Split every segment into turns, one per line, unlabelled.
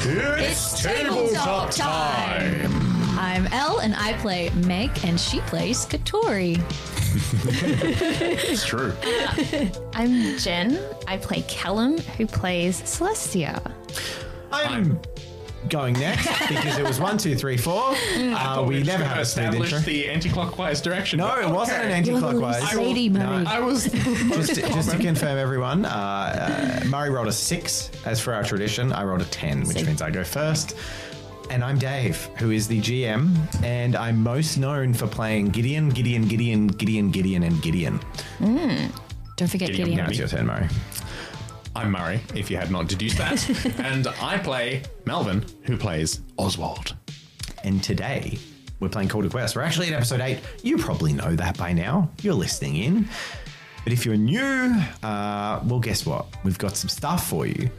It's tabletop time.
I'm Elle, and I play Meg, and she plays Katori.
It's true.
I'm Jen. I play Callum, who plays Celestia.
I'm going next because it was one, two, three, four.
Mm.
Uh, we never have a smooth
established
intro.
the anti-clockwise direction.
No, it wasn't an anti-clockwise.
Lady Murray.
I was.
Just to, just to confirm, everyone, uh, uh, Murray rolled a six. As for our tradition, I rolled a ten, which means I go first. And I'm Dave, who is the GM, and I'm most known for playing Gideon, Gideon, Gideon, Gideon, Gideon, and Gideon.
Don't forget Gideon.
Now it's your turn, Murray.
I'm Murray, if you had not deduced that, and I play Melvin, who plays Oswald.
And today we're playing Call to Quest. We're actually at episode eight. You probably know that by now. You're listening in. But if you're new, uh, well, guess what? We've got some stuff for you.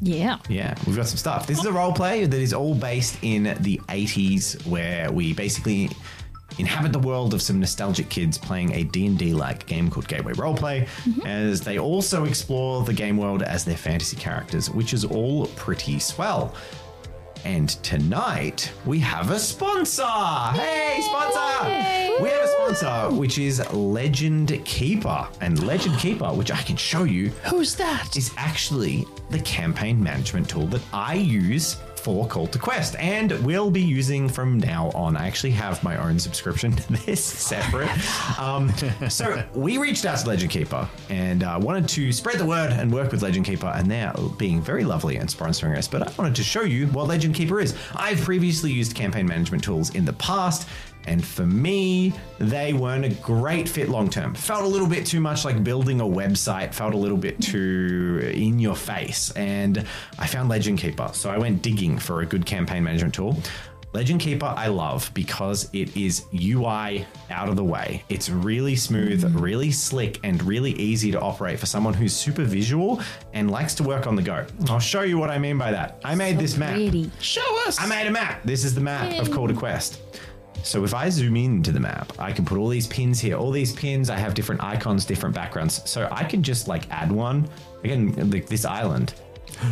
Yeah.
Yeah, we've got some stuff. This is a role play that is all based in the 80s where we basically inhabit the world of some nostalgic kids playing a D&D like game called Gateway Roleplay as they also explore the game world as their fantasy characters, which is all pretty swell. And tonight we have a sponsor. Hey, sponsor! We have a sponsor, which is Legend Keeper. And Legend Keeper, which I can show you, who's that? Is actually the campaign management tool that I use for Call to Quest and will be using from now on. I actually have my own subscription to this separate. Um, so we reached out to Legend Keeper and uh, wanted to spread the word and work with Legend Keeper, and they're being very lovely and sponsoring us. But I wanted to show you what Legend Keeper is. I've previously used campaign management tools in the past. And for me, they weren't a great fit long term. Felt a little bit too much like building a website, felt a little bit too in your face. And I found Legend Keeper. So I went digging for a good campaign management tool. Legend Keeper, I love because it is UI out of the way. It's really smooth, really slick, and really easy to operate for someone who's super visual and likes to work on the go. I'll show you what I mean by that. I made this map.
Pretty.
Show us.
I made a map. This is the map of Call to Quest. So if I zoom into the map, I can put all these pins here. All these pins, I have different icons, different backgrounds. So I can just like add one. Again, like this island.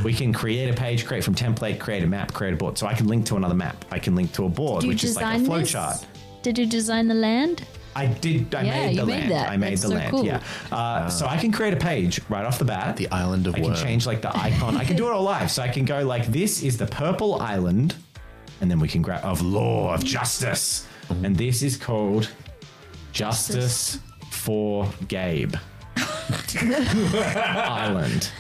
We can create a page, create from template, create a map, create a board. So I can link to another map. I can link to a board,
Did you
which is like a
design
flow
this?
chart.
Did you design the land?
I did. I
Yeah,
made the
you made
land.
that.
I made
That's
the
so
land.
cool.
Yeah. Uh, so I can create a page right off the bat.
The island of
I can
worm.
change like the icon. I can do it all live. So I can go like this is the purple island, and then we can grab of law of justice,
Mm-hmm.
and this is called justice for Gabe Island.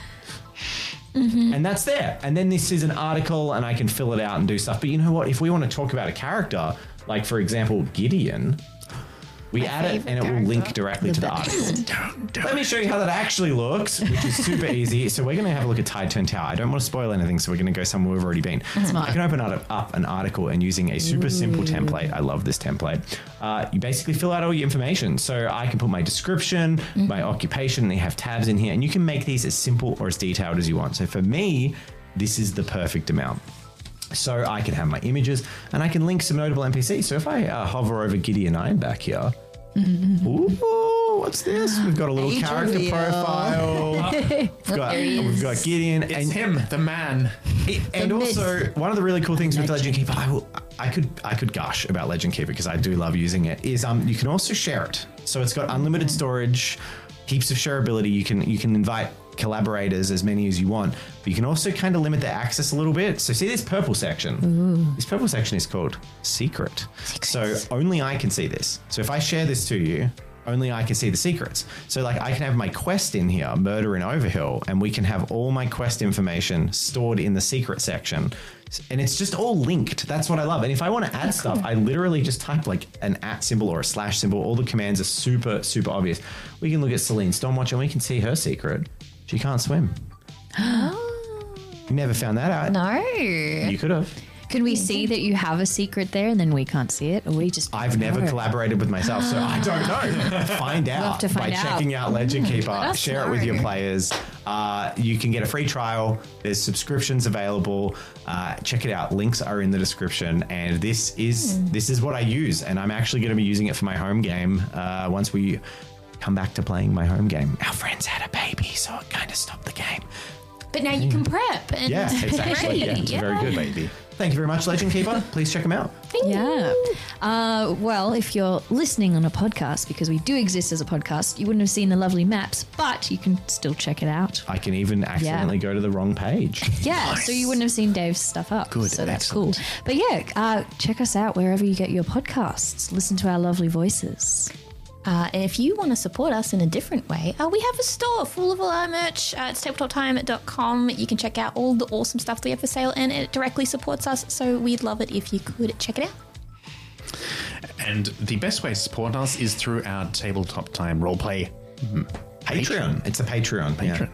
Mm-hmm.
And that's there. And then this is an article, and I can fill it out and do stuff. But you know what? If we want to talk about a character, like for example, Gideon, we add it and it will link directly to the article. Let me show you how that actually looks, which is super easy. So we're going to have a look at Tide Turn Tower. I don't want to spoil anything, so we're going to go somewhere we've already been. I can open up, up an article and using a super simple template. I love this template. Uh, you basically fill out all your information. So I can put my description, my occupation. They have tabs in here, and you can make these as simple or as detailed as you want. So for me, this is the perfect amount. So I can have my images and I can link some notable NPCs. So if I uh, hover over Gideon Iron back here, ooh, what's this? We've got a little character
Adriel.
profile. we've, got, we've got Gideon
It's
and,
him, the man.
and
myth.
also one of the really cool things with Legend Keeper, I, will, I could I could gush about Legend Keeper because I do love using it. Is um you can also share it, so it's got unlimited storage, heaps of shareability. You can you can invite collaborators as many as you want, but you can also kind of limit their access a little bit. So see this purple section. This purple section is called secret. So only I can see this. So if I share this to you. Only I can see the secrets. So, like, I can have my quest in here, murder in Overhill, and we can have all my quest information stored in the secret section and it's just all linked. That's what I love. And if I want to add stuff, I literally just type like an at symbol or a slash symbol. All the commands are super, super obvious. We can look at Celine Stormwatch and we can see her secret. She can't swim. you never found that out.
No.
You could have.
Can we see that you have a secret there and then we can't see it? Or we just.
I've never
No.
collaborated with myself, so I don't know. Find out
to
by
find out. Mm-hmm.
checking out Legend Keeper.
us
Share it with your
know.
players. Uh, you can get a free trial. There's subscriptions available. Uh, check it out. Links are in the description. And this is
Hmm.
this is what I use, and I'm actually going to be using it for my home game uh, once we come back to playing my home game. Our friends had a baby, so it kind of stopped the game.
But now you can prep. And
Yeah, it's
Great,
actually yeah, it's
yeah.
very good, baby. Thank you very much, Legend Keeper. Please check them out.
Yeah. Uh, well, if you're listening on a podcast, because we do exist as a podcast, you wouldn't have seen the lovely maps, but you can still check it out.
I can even accidentally go to the wrong page.
Yeah, so you wouldn't have seen Dave's stuff up.
Good,
so that's cool. But yeah, uh, check us out wherever you get your podcasts. Listen to our lovely voices.
Uh, and if you want to support us in a different way, uh, we have a store full of all our merch. Uh, it's tabletoptime.com. You can check out all the awesome stuff that we have for sale, and it directly supports us. So we'd love it if you could check it out.
And the best way to support us is through our tabletop time roleplay.
Patreon. It's a Patreon.
Patreon.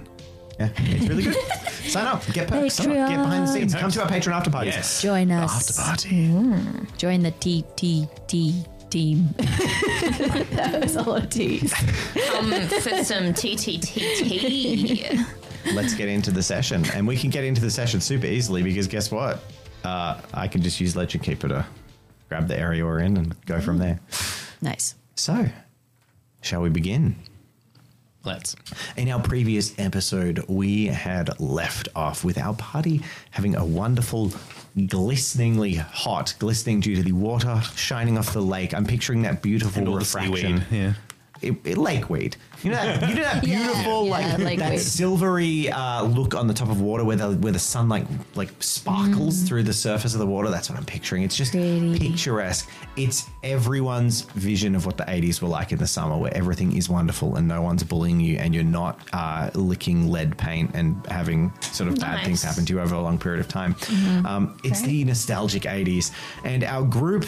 Yeah. yeah, it's really good. Sign up, get perks, sign up, get behind the scenes, come to our Patreon after parties.
Yes.
Join
The
us.
After party.
Join the TTT team. that was a lot of T's.
Come for some TTTT.
Let's get into the session, and we can get into the session super easily because guess what? Uh, I can just use Legend Keeper to grab the area we're in and go from there.
Nice.
So, shall we begin?
Let's.
In our previous episode, we had left off with our party having a wonderful, glisteningly hot, glistening due to the water shining off the lake. I'm picturing that beautiful
And all the
refraction.
seaweed, yeah.
It, it, lake weed. You know that, you know that
Yeah,
beautiful,
yeah,
like
lake
that
weed.
silvery uh, look on the top of water where the where the sun like like sparkles through the surface of the water. That's what I'm picturing. It's just
Mm. Pretty.
picturesque. It's everyone's vision of what the 80s were like in the summer, where everything is wonderful and no one's bullying you, and you're not uh, licking lead paint and having sort of bad things
Nice.
happen to you over a long period of time. Um, it's the nostalgic 80s, and our group.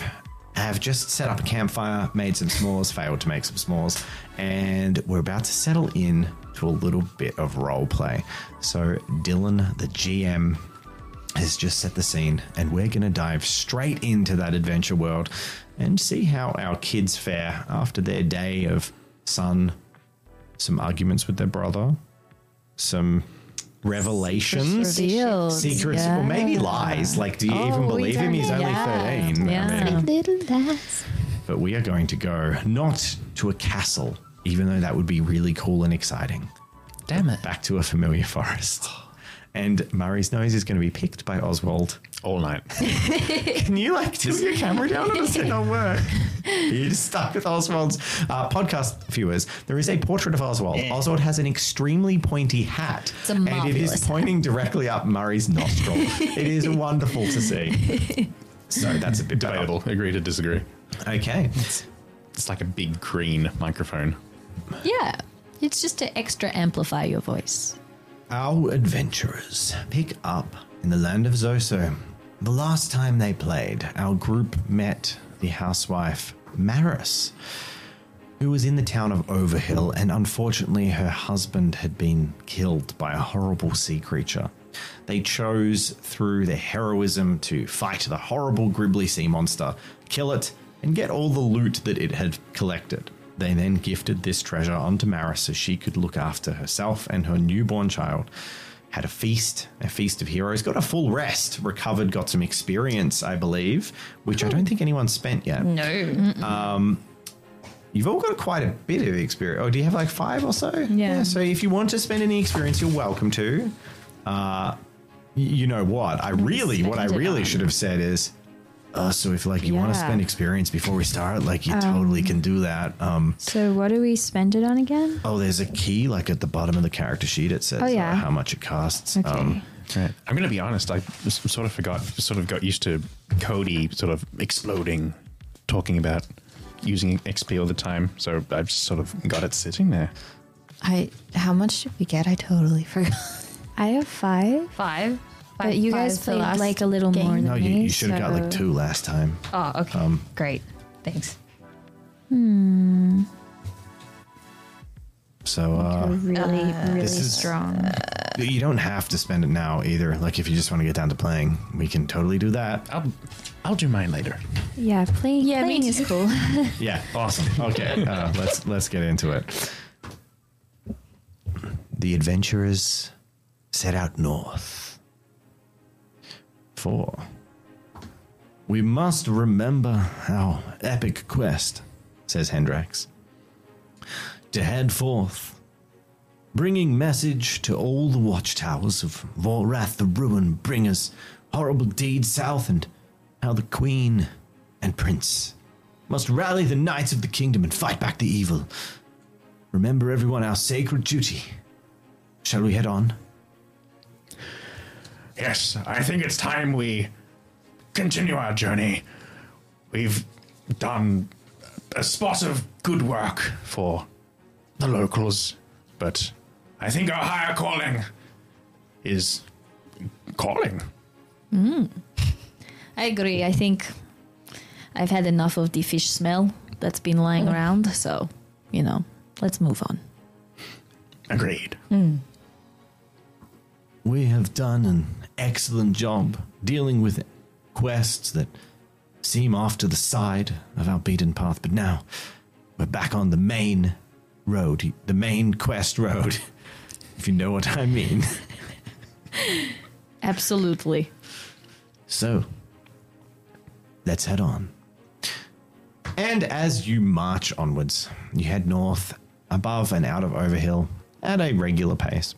Have just set up a campfire, made some s'mores, failed to make some s'mores, and we're about to settle in to a little bit of role play. So, Dylan, the GM, has just set the scene, and we're going to dive straight into that adventure world and see how our kids fare after their day of sun, some arguments with their brother, some revelations,
Revealed.
secrets,
Yeah. Oh,
or maybe lies. Like, do you even
we
believe him?
don't
He's
know.
only
Yeah.
13. I
Yeah.
mean,
Little lass.
but we are going to go not to a castle, even though that would be really cool and exciting. Damn it. Back to a familiar forest. And Murray's nose is going to be picked by Oswald.
All night.
Can you like tilt your camera down? Or does it not work? You're just stuck with Oswald's uh, podcast viewers. There is a portrait of Oswald. Oswald has an extremely pointy hat,
a
and it
marvelous
is
hat.
pointing directly up Murray's nostril. it is wonderful to see. So that's a bit better.
Debatable. Agree to disagree.
Okay.
It's like a big green microphone.
Yeah. It's just to extra amplify your voice.
Our adventurers pick up in the land of Zoso. The last time they played, our group met the housewife, Maris, who was in the town of Overhill, and unfortunately, her husband had been killed by a horrible sea creature. They chose, through their heroism, to fight the horrible gribbly sea monster, kill it, and get all the loot that it had collected. They then gifted this treasure onto Mara so she could look after herself and her newborn child. Had a feast, a feast of heroes, got a full rest, recovered, got some experience, I believe, which I don't think anyone's spent yet.
No.
You've all got quite a bit of experience. Oh, do you have like five or so?
Yeah.
so if you want to spend any experience, you're welcome to. Uh, y- you know what? I really, what I
spend it
really
on.
should have said is, uh, so if like you want to
Yeah.
spend experience before we start, like you totally can do that. Um,
So what do we spend it on again?
oh, there's a key like at the bottom of the character sheet. It says
Oh,
uh,
yeah.
how much it costs.
Okay.
Um,
Right. I'm going to be honest. I s- sort of forgot, sort of got used to Cody sort of exploding, talking about using XP all the time. So I've just sort of got it sitting there.
I how much did we get? I totally forgot.
I have five.
Five.
But you guys
the
played
last
like a little
game.
more than
no,
me.
you, you should have got like
so-
two last time.
Oh, okay. Great. Thanks.
So uh,
Really, really
this is-
strong.
uh,
you don't have to spend it now either. Like if you just want to get down to playing, we can totally do that.
I'll, I'll do mine later.
yeah, playing.
Yeah, me
playing is cool.
Yeah, awesome. Okay, uh, let's let's get into it. The adventurers set out north. For we must remember our epic quest, says Hendrax, to head forth bringing message to all the watchtowers of Volrath the Ruin bringers, horrible deeds south, and how the queen and prince must rally the knights of the kingdom and fight back the evil. Remember, everyone, our sacred duty. Shall we head on?
Yes, I think it's time we continue our journey. We've done a spot of good work for the locals, but I think our higher calling is calling.
I agree. I think I've had enough of the fish smell that's been lying
Mm.
around. So, you know, let's move on.
Agreed.
We have done an excellent job dealing with quests that seem off to the side of our beaten path, but now we're back on the main road, the main quest road, if you know what I mean.
Absolutely.
So, let's head on. And as you march onwards, you head north, above and out of Overhill, at a regular pace.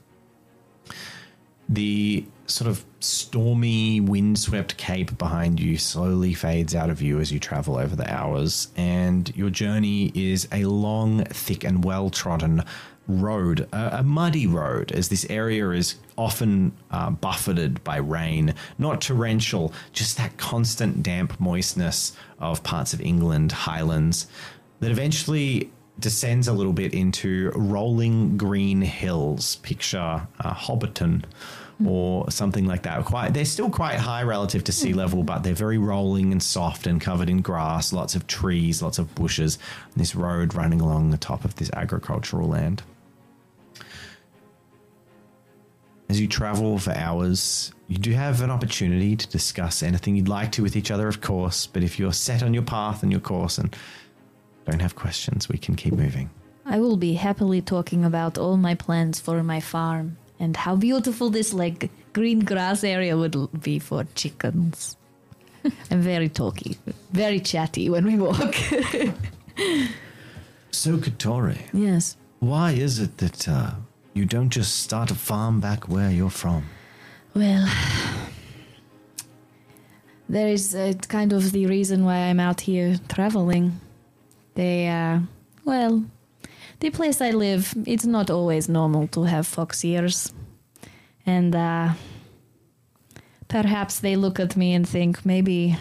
The sort of stormy, windswept cape behind you slowly fades out of view as you travel over the hours, and your journey is a long, thick, and well trodden road, a, a muddy road, as this area is often uh, buffeted by rain. Not torrential, just that constant damp moistness of parts of England, highlands, that eventually descends a little bit into rolling green hills. Picture uh, Hobbiton or something like that. Quite, they're still quite high relative to sea level, but they're very rolling and soft and covered in grass, lots of trees, lots of bushes, and this road running along the top of this agricultural land. As you travel for hours, you do have an opportunity to discuss anything you'd like to with each other, of course, but if you're set on your path and your course and don't have questions, we can keep moving.
I will be happily talking about all my plans for my farm and how beautiful this like green grass area would l- be for chickens. I'm very talky, very chatty when we walk.
So, Katori,
yes.
why is it that uh, you don't just start a farm back where you're from?
Well, there is uh, kind of the reason why I'm out here traveling. They, uh, well, the place I live, it's not always normal to have fox ears. And uh, perhaps they look at me and think maybe,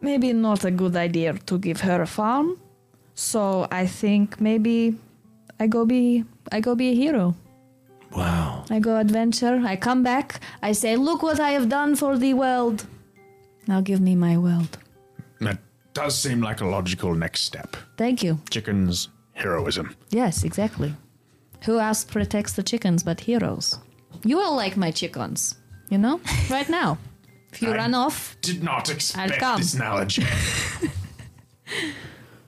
maybe not a good idea to give her a farm. So I think maybe I go be I go be a hero.
Wow.
I go adventure. I come back. I say, "Look what I have done for the world." Now give me my world.
That does seem like a logical next step.
Thank you.
Chicken's heroism.
Yes, exactly. Who else protects the chickens but heroes? You are like my chickens, you know. Right now, if you
I-
run off,
Did not expect
come.
this analogy.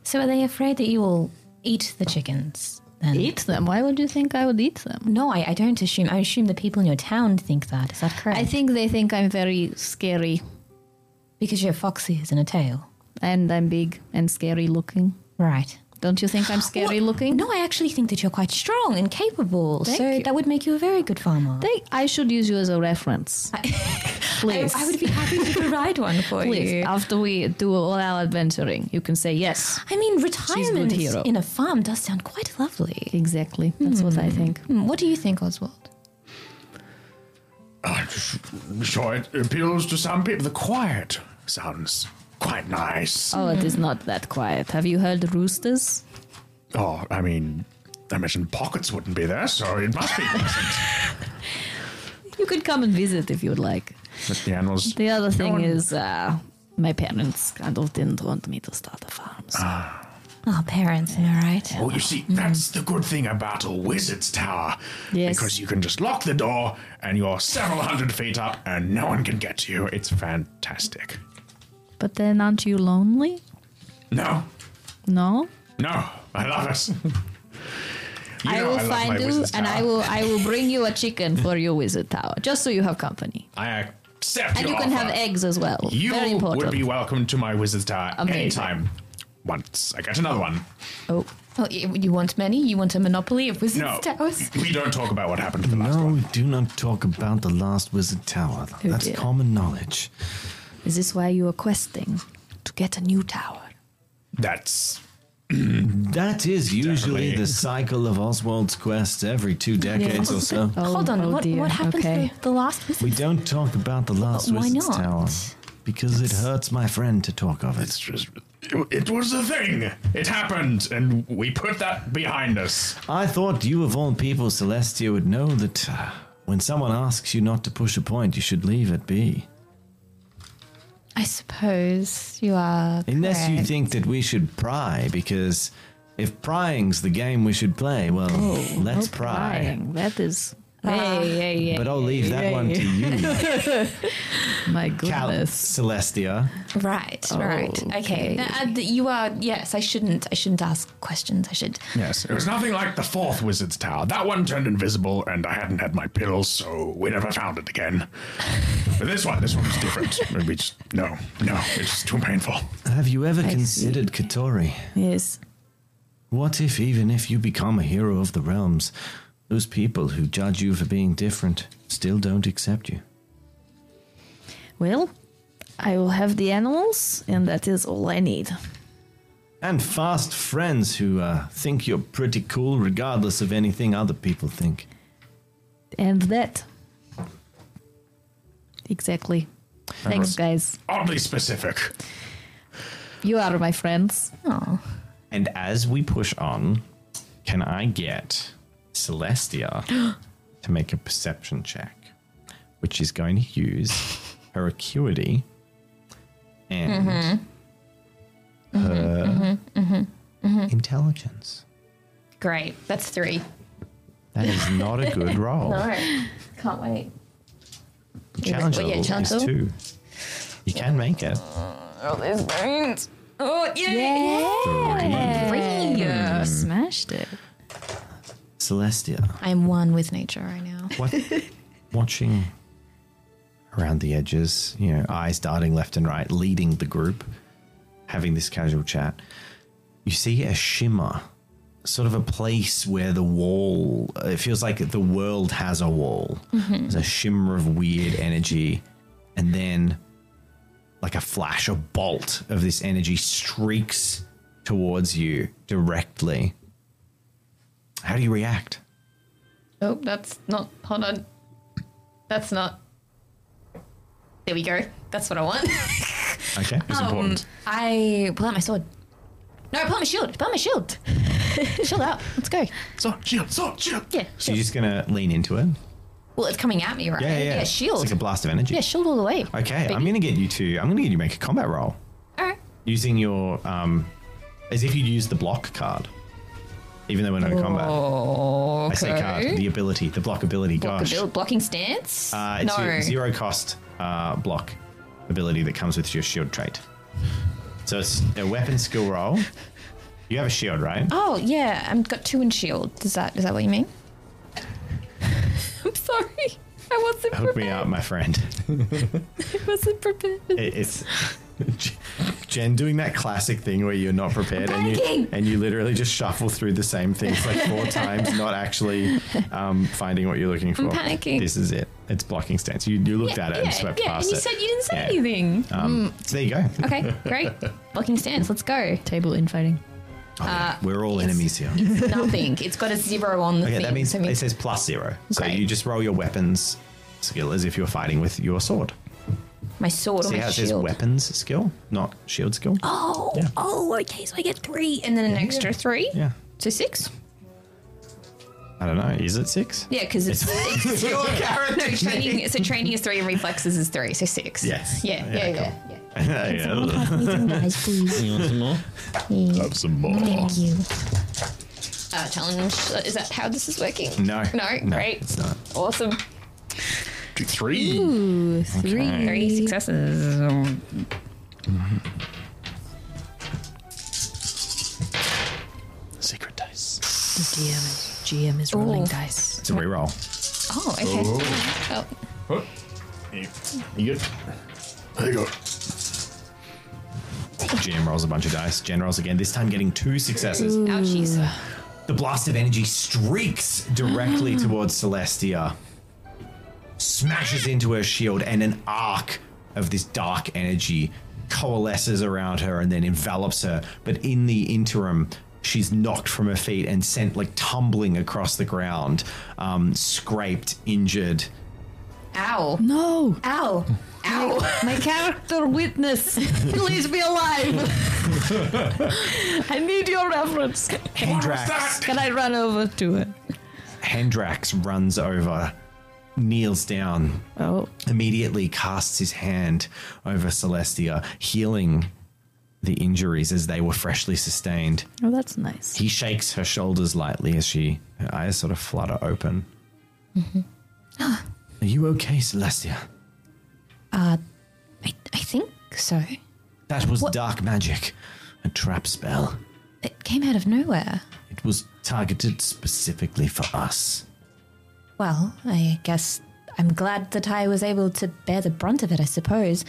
So are they afraid that you will eat the chickens? Then?
eat them. Why would you think I would eat them?
No, I, I don't assume. I assume the people in your town think that. Is that correct?
I think they think I'm very scary,
because you have fox ears and a tail.
and I'm big and scary looking.
Right.
Don't you think I'm scary
What?
looking?
No, I actually think that you're quite strong and capable.
Thank
so
you.
that would make you a very good farmer.
They, I should use you as a reference. Please.
I, I would be happy to provide one for
Please,
you.
after we do all our adventuring, you can say yes.
I mean, retirement
hero.
in a farm does sound quite lovely.
Exactly. That's what I think.
Hmm, What do you think, Oswald?
I'm sh- sure Ah, it appeals to some people. The quiet sounds quite nice.
Oh, it is not that quiet. Have you heard roosters?
Oh, I mean, I mentioned pockets wouldn't be there, so it must be pleasant.
You could come and visit if you would like.
But the animals.
The other thing is, uh, my parents kind of didn't want me to start a farm. So.
Ah.
Oh, parents, am I right?
Oh, you see, that's the good thing about a wizard's tower.
Yes.
Because you can just lock the door and you're several hundred feet up and no one can get to you. It's fantastic.
But then aren't you lonely?
No,
No?
no, I love it. You
I
know
will
love my
find you
wizard's
and
tower.
I will I will bring you a chicken for your wizard tower, just so you have company.
I accept
And you
your
can have
offer.
eggs as well.
You
Very important.
would be welcome to my wizard's tower
Amazing.
anytime. Once I get another one.
oh,
Well, you you want many? You want a monopoly of Wizard's
No,
Towers?
we don't talk about what happened to the last
No,
one.
do not talk about the last wizard tower.
Oh,
That's
dear.
common knowledge.
Is this why you are questing to get a new tower?
That's
That is usually
Definitely.
the cycle of Oswald's quest every two decades or so.
Oh,
Hold on,
oh
what,
dear,
what happened
okay.
to the, the last Wizard's
We don't talk about the last
But why
wizard's
not?
tower because it hurts my friend to talk of it.
it's just. It was a thing. It happened, and we put that behind us.
I thought you of all people, Celestia, would know that uh, when someone asks you not to push a point, you should leave it be.
I suppose you are.
Unless you
correct.
think that we should pry, because if prying's the game we should play, well, let's pry.
Prying, That is. Ah. Hey, hey, hey.
But I'll leave that one to you,
My
Cal
goodness.
Celestia.
Right, right.
Oh,
Okay.
okay.
Th- uh, th- you are, yes, I shouldn't, I shouldn't ask questions. I should.
Yes, it was nothing like the fourth wizard's tower. That one turned invisible, and I hadn't had my pills, so we never found it again. But this one, this one was different. And we just no, no, it's just too painful.
Have you ever considered Katori?
Yes.
What if, even if you become a hero of the realms, those people who judge you for being different still don't accept you?
Well, I will have the animals, and that is all I need.
And fast friends who uh, think you're pretty cool regardless of anything other people think.
And that. Exactly. Thanks, guys.
Oddly specific.
You are my friends.
Oh,
And as we push on, can I get Celestia to make a perception check, which is going to use her acuity and her intelligence?
great. That's three.
That is not a good roll.
All right. Can't wait.
Challenge
Wait, yeah,
level
challenge
is
level?
two. You can make it.
Oh, there's brains. Oh, yay! Three.
Oh, Mm. Smashed it.
Celestia.
I'm one with nature right now.
What, watching around the edges, you know, eyes darting left and right, leading the group, having this casual chat, you see a shimmer, sort of a place where the wall, it feels like the world has a wall. There's a shimmer of weird energy, and then like a flash, a bolt of this energy streaks towards you directly. How do you react?
Oh, that's not. Hold on. That's not. There we go. That's what I want.
Okay.
Um, I pull out my sword. No, I pull out my shield. Pull out my shield. shield out. Let's go.
Sword, shield, sword, shield.
Yeah,
So
shield.
you're just gonna lean into it?
well, it's coming at me, right? shield.
It's like a blast of energy.
yeah, shield all the way.
okay, I'm gonna get you to. I'm gonna get you to make a combat roll
All right.
using your um, as if you'd use the block card, even though we're not in combat.
Oh,
I say card, the ability, the block ability. Gosh,
Blockabil- blocking stance?
uh, it's your zero cost uh, block ability that comes with your shield trait. So it's a weapon skill roll. You have a shield, right?
Oh yeah, I've got two in shield. Is that is that what you mean? I'm sorry, I wasn't
Hook me
prepared.
up, my friend.
I wasn't prepared.
It- it's Jen doing that classic thing where you're not prepared and you
panicking.
and you literally just shuffle through the same things like four times, not actually um, finding what you're looking for.
panicking.
This is it. It's blocking stance. You, you looked at it and swept
yeah,
past
and you
it.
said you didn't say
Yeah.
anything. Mm.
Um, So there you go.
Okay, great. Blocking stance. Let's go.
Table infighting.
Oh, yeah.
Uh,
We're all enemies here.
Nothing. It's got a zero on the
Okay,
thing.
that means
so it
it says plus zero. So
Great.
you just roll your weapons skill as if you're fighting with your sword.
my sword or
See
my
how it says
shield.
weapons skill, not shield skill.
Oh,
Yeah.
oh, okay. So I get three, and then an extra three.
Yeah.
So six.
I don't know. Is it six?
Yeah, because it's, it's
Your character.
no training. So training is three, and reflexes is three. So six.
Yes.
Yeah. Yeah.
Yeah,
Yeah.
cool.
yeah,
You want some more? Have some more.
you.
Uh, challenge. Uh, Is that how this is working?
No.
No. Great.
It's not.
Awesome.
Three.
Three successes. Um,
Secret dice.
The GM, GM is rolling dice.
It's a reroll.
Oh. Okay. Oh.
You good? There you go.
GM rolls a bunch of dice. Jen rolls again, this time getting two successes.
Oh, Ouchies.
The blast of energy streaks directly towards Celestia, smashes into her shield, and an arc of this dark energy coalesces around her and then envelops her. But in the interim, she's knocked from her feet and sent like tumbling across the ground, um, scraped, injured.
Ow.
No.
Ow. Ow.
My character witness. Please be alive. I need your reference.
Hendrax,
Can I run over to it?
Hendrax runs over, kneels down,
Oh.
immediately casts his hand over Celestia, healing the injuries as they were freshly sustained.
Oh, that's nice.
He shakes her shoulders lightly as she, her eyes sort of flutter open. Are you okay, Celestia?
I, I think so.
That was dark magic, a trap spell.
It came out of nowhere.
It was targeted specifically for us.
Well, I guess I'm glad that I was able to bear the brunt of it, I suppose.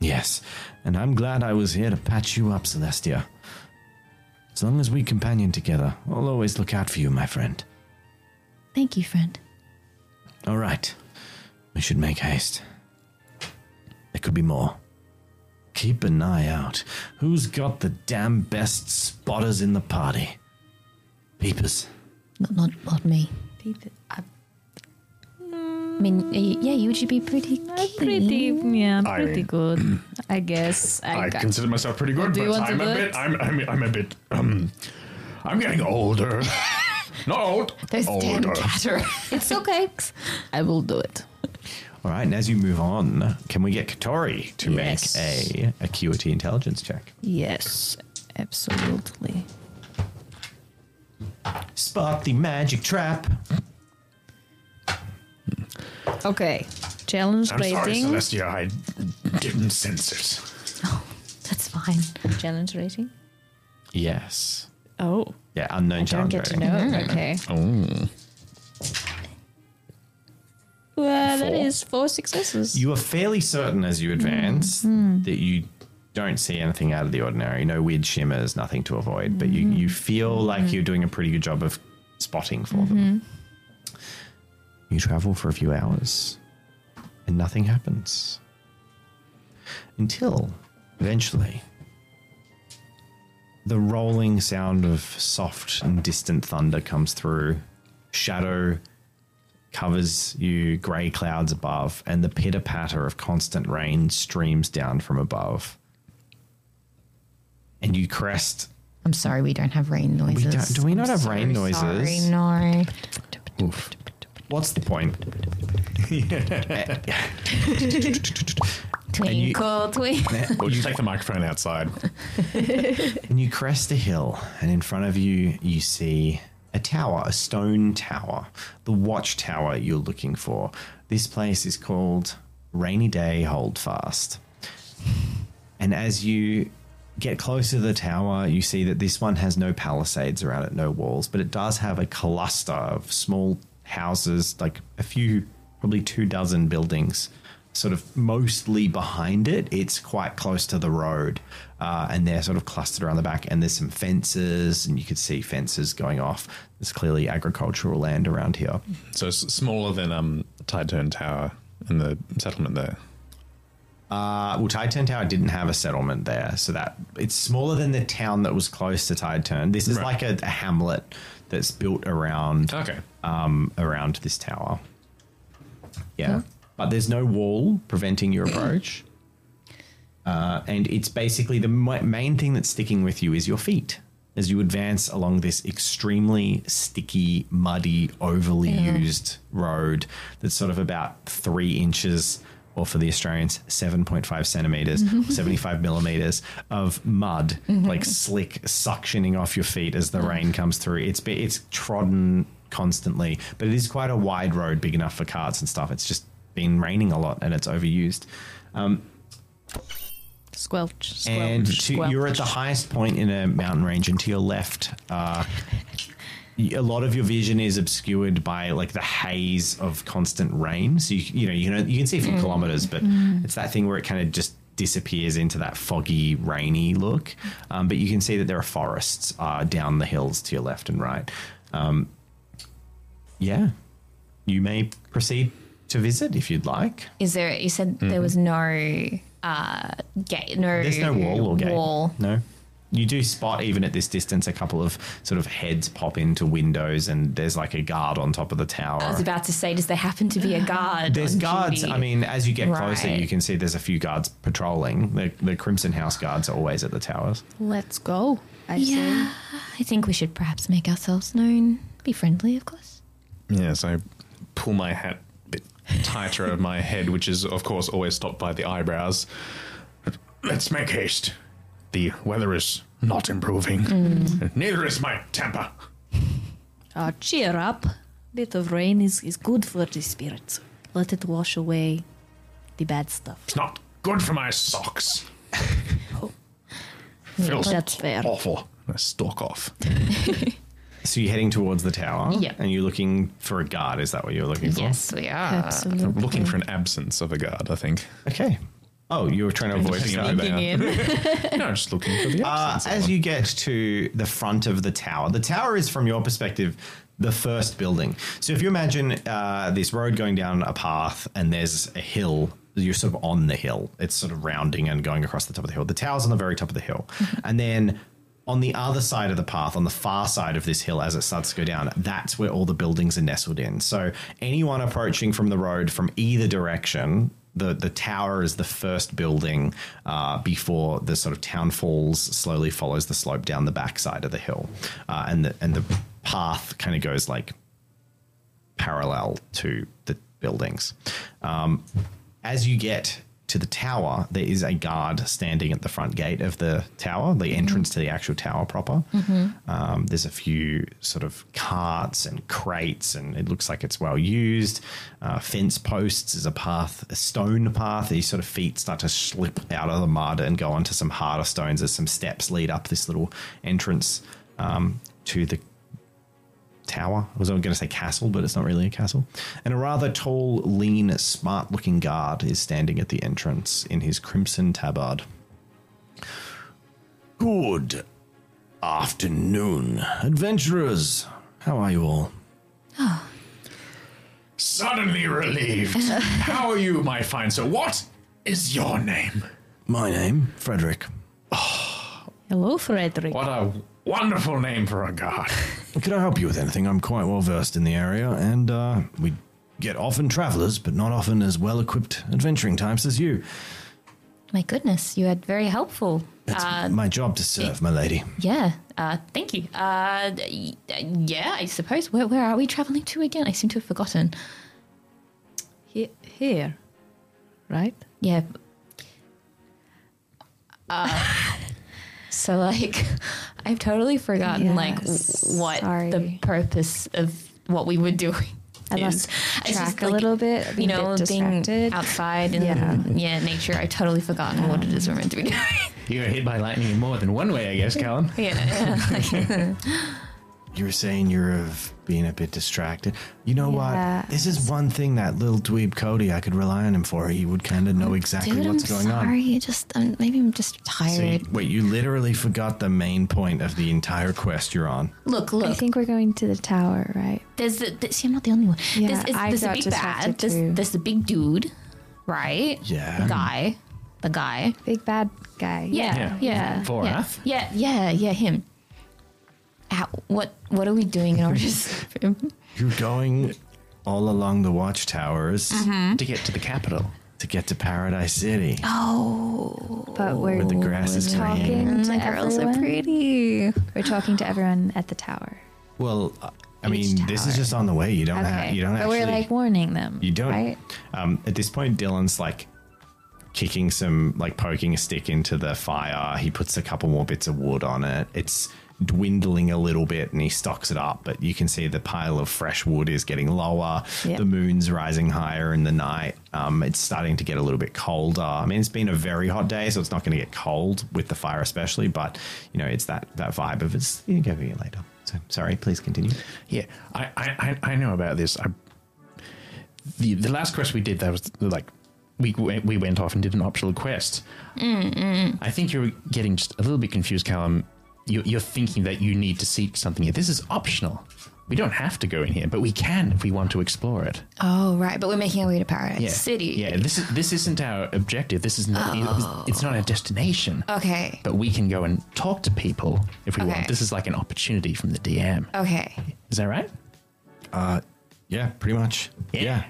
Yes, and I'm glad I was here to patch you up, Celestia. As long as we companion together, I'll always look out for you, my friend.
Thank you, friend.
All right. We should make haste. There could be more. Keep an eye out. Who's got the damn best spotters in the party? Peepers.
Not, not, not me. I mean, y- yeah, you should be pretty.
I'm
keen.
pretty, yeah, I'm
I-
pretty good, I guess. I,
I
got-
consider myself pretty good,
Do you
but
want to
I'm
do
a
it?
bit. I'm, I'm, I'm a bit. Um, I'm getting older. Not old.
Those damn
older.
catter.
it's okay. I will do it.
All right, and as you move on, can we get Katori to
Yes.
make a acuity intelligence check?
Yes, absolutely.
Spot the magic trap.
Okay, challenge
I'm sorry,
rating.
Celestia. I didn't sense it.
Oh, That's fine.
challenge rating.
Yes.
Oh,
Yeah, unknown
I don't
challenge
get to
rating.
know. it. Okay. Well, that is four successes.
You are fairly certain as you advance that you don't see anything out of the ordinary. No weird shimmers, nothing to avoid, but you, you feel like you're doing a pretty good job of spotting for them. You travel for a few hours and nothing happens until eventually the rolling sound of soft and distant thunder comes through. Shadow covers you, grey clouds above, and the pitter patter of constant rain streams down from above. And you crest.
I'm sorry, we don't have rain noises.
don't- do we not
I'm
have
so
rain noises?
Sorry, no.
What's the point? you-
Twinkle, twinkle.
We'll just take the microphone outside.
And you crest a hill, and in front of you, you see a tower, a stone tower, the watchtower you're looking for. This place is called Rainy Day Holdfast. And as you get closer to the tower, you see that this one has no palisades around it, no walls, but it does have a cluster of small houses, like a few, probably two dozen buildings, sort of mostly behind it. It's quite close to the road, uh, and they're sort of clustered around the back. And there's some fences, and you could see fences going off. There's clearly agricultural land around here.
So it's smaller than um Tideturn Tower and the settlement there.
Uh, well, Tideturn Tower didn't have a settlement there, so that it's smaller than the town that was close to Tideturn. This is
Right.
like a, a hamlet that's built around
Okay.
um, around this tower. Yeah, but there's no wall preventing your approach, uh, and it's basically the mi- main thing that's sticking with you is your feet as you advance along this extremely sticky, muddy, overly used road that's sort of about three inches. Or for the Australians, 7.5 centimeters, 75 millimeters of mud, like slick suctioning off your feet as the rain comes through. It's, be- it's trodden constantly, but it is quite a wide road, big enough for carts and stuff. It's just been raining a lot and it's overused.
Squelch, squelch,
And to,
squelch.
you're at the highest point in a mountain range, and to your left, uh, y- a lot of your vision is obscured by like the haze of constant rain. So you, you know you can you can see a few kilometers, but it's that thing where it kind of just disappears into that foggy, rainy look. Um, but you can see that there are forests uh, down the hills to your left and right. Um, yeah, you may proceed to visit if you'd like.
Is there? You said there was no uh, gate. No.
Mm-hmm. There's no wall or gate.
Wall.
No. You do spot, even at this distance, a couple of sort of heads pop into windows, and there's like a guard on top of the tower.
I was about to say, does there happen to be a guard?
There's
on
guards.
duty?
I mean, as you get closer,
Right.
you can see there's a few guards patrolling. The, the Crimson House guards are always at the towers.
Let's go.
I
yeah. I think we should perhaps make ourselves known. Be friendly, of course.
Yes, I pull my hat a bit tighter over my head, which is, of course, always stopped by the eyebrows.
Let's make haste. The weather is not improving.
Mm.
Neither is my temper.
Uh, cheer up. Bit of rain is, is good for the spirits. Let it wash away the bad stuff.
It's not good for my socks.
Feels
That's fair.
awful. I stalk off.
So you're heading towards the tower,
Yep.
and you're looking for a guard. Is that what you're looking for?
Yes, we are.
I'm
Absolutely.
looking for an absence of a guard, I think.
Okay. Oh, you were trying to avoid
Depending
the
on
guard.
who they are. no, I'm just looking for the
Uh,
absence. of
as
one.
you get to the front of the tower, the tower is, from your perspective, the first building. So if you imagine uh, this road going down a path and there's a hill, you're sort of on the hill. It's sort of rounding and going across the top of the hill. The tower's on the very top of the hill. and then on the other side of the path, on the far side of this hill, as it starts to go down, that's where all the buildings are nestled in. So anyone approaching from the road from either direction the the tower is the first building uh, before the sort of town falls slowly follows the slope down the backside of the hill, uh, and the and the path kind of goes like parallel to the buildings. Um, as you get to the tower, there is a guard standing at the front gate of the tower, the entrance to the actual tower proper. Um, there's a few sort of carts and crates, and it looks like it's well used. Uh, fence posts is a path, a stone path. These sort of feet start to slip out of the mud and go onto some harder stones as some steps lead up this little entrance um, to the tower. I was going to say castle, but it's not really a castle. And a rather tall, lean, smart looking guard is standing at the entrance in his crimson tabard. Good afternoon, adventurers. How are you all?
Suddenly relieved. How are you, my fine sir? What is your name?
My name, Frederick.
Hello, Frederick.
What a wonderful name for a god.
Could I help you with anything? I'm quite well versed in the area, and uh, we get often travelers, but not often as well equipped adventuring types as you.
My goodness, you are very helpful.
It's my job to serve, my lady.
Yeah. Uh, thank you. Uh, y- yeah, I suppose. Where, where are we traveling to again? I seem to have forgotten.
He- here. Right?
Yeah. Uh, so like, I've totally forgotten like
Yes,
w- what the
sorry.
purpose of what we were doing.
I
is.
lost
It's just,
track
like,
a little bit. I've
You
been a
know,
bit
being
distracted.
outside in yeah,
Yeah.
nature. I've totally forgotten what it is we're meant to be doing.
You were hit by lightning in more than one way, I guess, Callan.
yeah,
You were saying you're of being a bit distracted. You know
Yeah.
what? This is one thing that little dweeb Cody, I could rely on him for. He would kind of know exactly
dude, I'm
what's going on.
sorry. I just um, maybe I'm just
So
tired.
you, wait, you literally forgot the main point of the entire quest you're on.
look,
I
look.
think we're going to the tower, right?
There's the, the see, I'm not the only one.
Yeah,
there's it's,
I
there's the
got
big
distracted
bad. There's,
too.
there's the big dude, right?
Yeah.
The guy. The guy.
Big bad guy.
Yeah. Yeah. Yeah.
Vorath?
Yeah. Yeah. Yeah. Him. How, what What are we doing in order to save him?
You're going all along the watchtowers
Mm-hmm.
To get to the capital.
to get to Paradise City.
But Oh, we're
the grass is
talking
green.
Mm,
to
The girls are
everyone.
pretty.
We're talking to everyone at the tower.
Well, I- I mean, this is just on the way. Uh, You don't have.
Okay.
You don't
But
actually.
we're like warning them.
You don't.
Right?
Um, at this point, Dylan's like kicking some, like poking a stick into the fire. He puts a couple more bits of wood on it. It's dwindling a little bit and he stocks it up, but you can see the pile of fresh wood is getting lower.
Yep.
The moon's rising higher in the night. Um, it's starting to get a little bit colder. I mean, it's been a very hot day, so it's not going to get cold with the fire, especially, but you know, it's that, that vibe of it's, you can go it later. So, sorry, please continue.
Yeah, I, I, I- I know about this. I, the the last quest we did that was like
we we went off and did an optional quest. I think you're getting just a little bit confused, Callum. You're, you're thinking that you need to seek something here. This is optional. We don't have to go in here, but we can if we want to explore it.
Oh, right. But we're making our way to paradise.
City.
Yeah, this is this isn't our objective. This is not, it's not our destination.
Okay.
But we can go and talk to people if we
Okay.
want. This is like an opportunity from the DM.
Oh.
Okay.
Is that right?
Yeah, pretty much.
Yeah.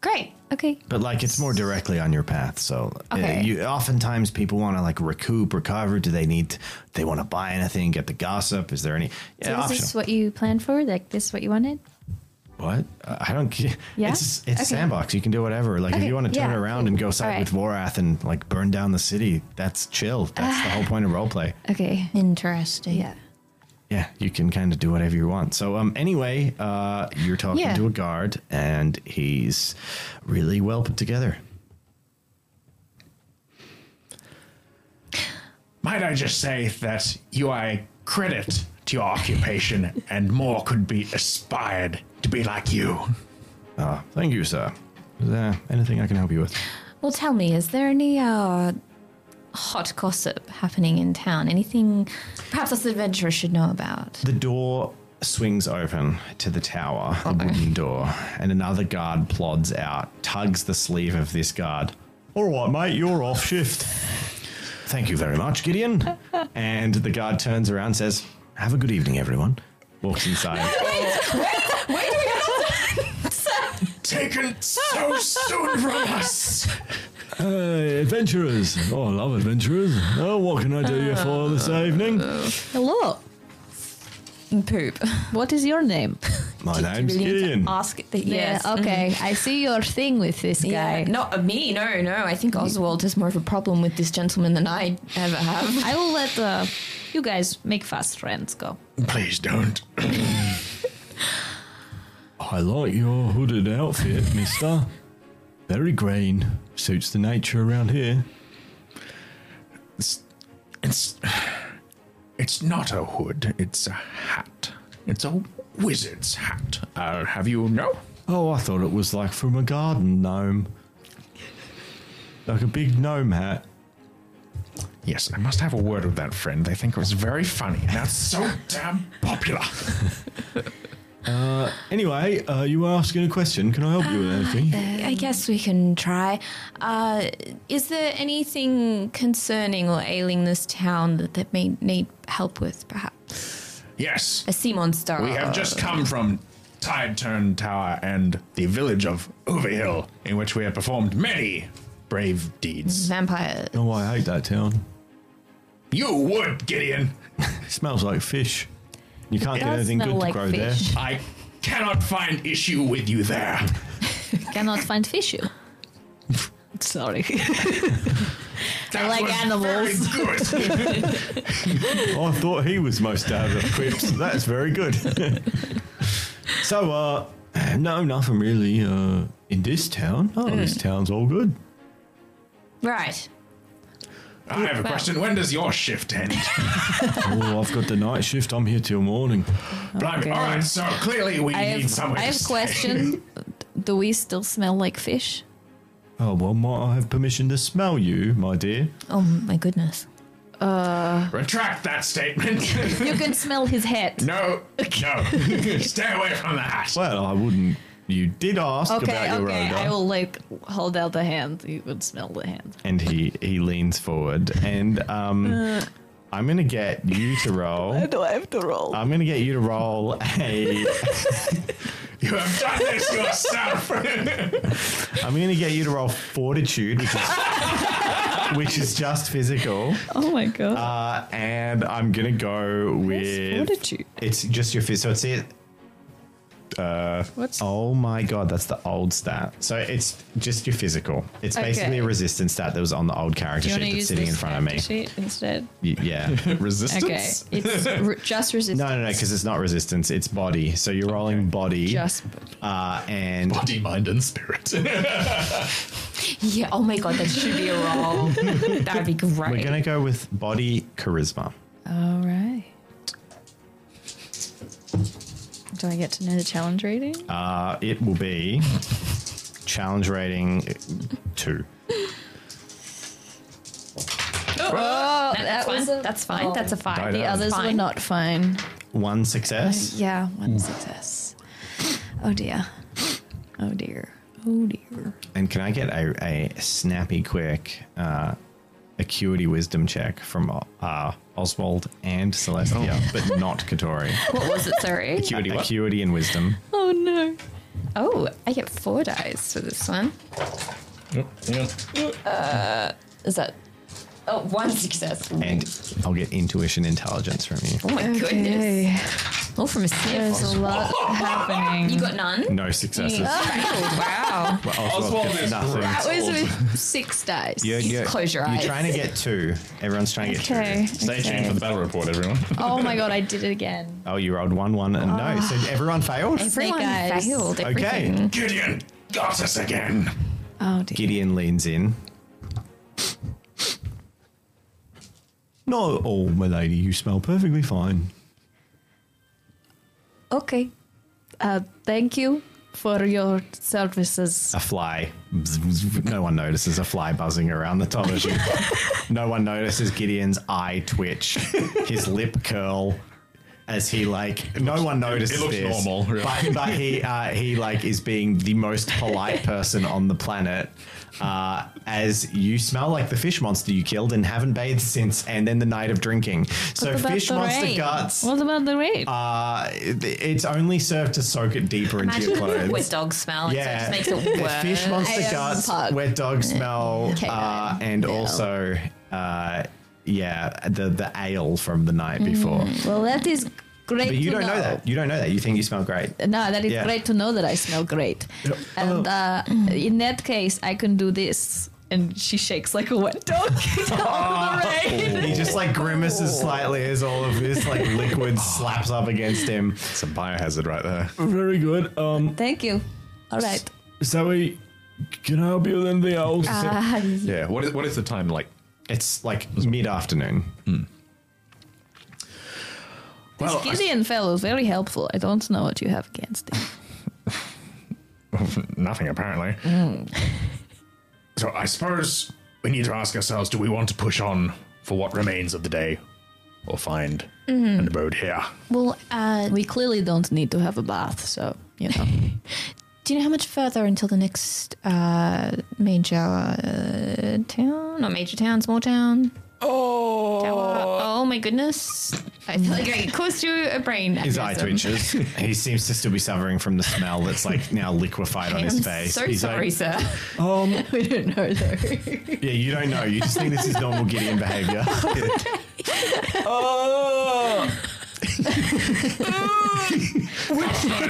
Great.
Okay.
But like it's more directly on your path. So uh,
Okay.
you oftentimes people want to like recoup, recover. Do they need they want to buy anything, get the gossip? Is there any
So
yeah,
is
optional.
this what you planned for? Like this is what you wanted?
What? Uh, I don't care.
Yeah?
It's, it's
Okay.
sandbox. You can do whatever. Like, if
Okay,
you want to turn
yeah,
around
cool.
and go side
Alright.
with Vorath and, like, burn down the city, that's chill. That's the whole point of roleplay.
Okay.
Interesting.
Yeah.
Yeah, you can kind of do whatever you want. So, um, anyway, uh, you're talking
Yeah.
to a guard, and he's really well put together.
Might I just say that you are a credit to your occupation, and more could be aspired to be like you.
Uh, thank you, sir. Is there anything I can help you with?
Well, tell me, is there any uh, hot gossip happening in town? Anything perhaps us adventurers should know about?
The door swings open to the tower, the wooden door, and another guard plods out, tugs the sleeve of this guard. All right, mate, you're off shift. Thank you very much, Gideon. and the guard turns around, and says, "Have a good evening, everyone." Walks inside.
Taken so soon from us.
adventurers! Oh, I love adventurers. Oh, what can I do you for this evening?
Hello.
Poop.
What is your name?
My name's Gideon.
Ask the yes.
Yeah, okay. I see your thing with this guy.
Yeah, not me. No, no. I think Oswald has more of a problem with this gentleman than I ever have.
I will let uh, you guys make fast friends go.
Please don't.
I like your hooded outfit, mister. Very green. Suits the nature around here.
It's it's not a hood. It's a hat. It's a wizard's hat. I'll have you know.
Oh, I thought it was like from a garden gnome. Like a big gnome hat.
Yes, I must have a word with that friend. They think it was very funny. and That's so damn popular.
Anyway, uh, you were asking a question. Can I help you with
Ah, uh,
anything?
I guess we can try. Uh, is there anything concerning or ailing this town that, that may need help with, perhaps?
Yes,
A sea monster.
we have just come from Tide Turn Tower and the village of Overhill, in which we have performed many brave deeds.
Vampire.
Oh, I hate that town.
You would, Gideon.
It smells like fish. You can't get
does
anything
smell
good to
like
grow
fish.
there.
I cannot find issue with you there.
Cannot find fish you. Sorry.
That
like
was
animals.
Very good.
I thought he was most to have it quips. That's very good. so, uh, no, nothing really uh, in this town. Oh,
Hmm.
this town's all good.
Right.
I have a question. When does your shift end?
Oh, I've got the night shift. I'm here till morning.
Blimey. All right, so clearly we
I
need
have,
someone.
I
to
have
stay.
question. Do we still smell like fish?
Oh, well, might I have permission to smell you, my dear?
Oh, my goodness.
Retract that statement.
You can smell his head.
no, no. Stay away from the hat.
Well, I wouldn't. You did ask
Okay,
about your
okay.
odor.
I will like hold out the hand. You would smell the hand.
And he, he leans forward. And um,
Uh.
I'm going to get you to roll.
Do I have to roll?
I'm going to get you to roll a.
You have done this yourself.
I'm going to get you to roll fortitude, which is, which is just physical.
oh my god.
Uh, and I'm going to go with.
fortitude?
It's just your phys. So it's it.
What's
Oh my god, that's the old stat. So it's just your physical. It's
Okay.
basically a resistance stat that was on the old character
do you
sheet
want to
that's
use
sitting
this
in front of me.
character sheet instead?
Y- yeah. resistance?
Okay, it's re- just resistance.
No, no, no, because it's not resistance, it's body. So you're rolling body.
Just
Uh, and
Body, mind, and spirit.
Yeah. Oh, my God. That should be a roll. That'd be great.
we're going to go with body charisma.
All right.
do I get to know the challenge rating?
Uh, it will be. challenge rating two.
Oh,
No, that's, fine. that's fine. That's a five.
Die
The
down.
others were not.
not fine.
One success.
Yeah, one success. Oh dear. Oh dear. Oh dear.
And can I get a, a snappy, quick uh, acuity wisdom check from uh, Oswald and Celestia,
Oh.
but not Katori?
What was it? Sorry.
Acuity what?
acuity and wisdom.
Oh no.
Oh, I get four dice for this one.
Oh,
Uh, Is that? Oh, one success.
And I'll get intuition intelligence from you.
Oh my goodness.
Okay.
All from a sniff.
There's a lot
Oh,
happening.
You got none?
No successes.
Oh, wow.
But Oswald,
Oswald
gets
is
nothing.
right.
six dice.
You're, you're-
Close your
you're
eyes.
trying to get two. Everyone's trying to get
Okay.
two.
Stay tuned for the battle report, everyone.
Oh my god, I did it again.
Oh, you rolled one, one, and no. So
Ah.
everyone failed?
Everyone
guys.
failed everything.
Okay.
Gideon got us again.
Oh dear.
Gideon leans in. No, oh, my lady, you smell perfectly fine.
Okay. Uh, thank you for your services.
A fly. No one notices a fly buzzing around the top of you. no one notices Gideon's eye twitch, his lip curl. As he like, no one notices
looks
this,
normal, really.
but, but he uh, he like is being the most polite person on the planet. Uh, as you smell like the fish monster you killed and haven't bathed since, and then the night of drinking. So
about
fish
the
monster
rain?
guts.
What about the raid?
Uh, it- it's only served to soak it deeper into your
Imagine
clothes.
where dogs smell.
Yeah.
Yeah. It just makes it worse.
Fish monster guts, wet dog smell, uh, and also, uh, yeah, the the ale from the
Mm.
night before.
well, that is great.
But you
to
don't know that. You don't know that. You think you smell great.
No, that is
Yeah. Oh.
great to know that I smell great. And uh, in that case, I can do this. And she shakes like a wet dog.
He just like grimaces slightly as all of this like liquid slaps up against him.
It's a biohazard right there.
Very good. Um,
Thank you. All right.
Zoe, can I help you with anything else?
Yeah. What is, what is the time like?
It's like mid afternoon. Oh.
Well, I-
Gideon fellow, very helpful. I don't know what you have against him.
nothing apparently. So I suppose we need to ask ourselves: Do we want to push on for what remains of the day, or find an abode here?
Well, uh,
We clearly don't need to have a bath, so you know.
do you know how much further until the next uh, major uh, town? Not major town, small town. Oh. Oh my goodness. I feel like I caused you a brain.
His eye
aneurysm.
twitches. he seems to still be suffering from the smell that's like now liquefied on
I'm
his face.
so
He's
sorry,
like,
sir. Um,
we don't know though.
Yeah, you don't know. You just think this is normal Gideon behavior.
Oh.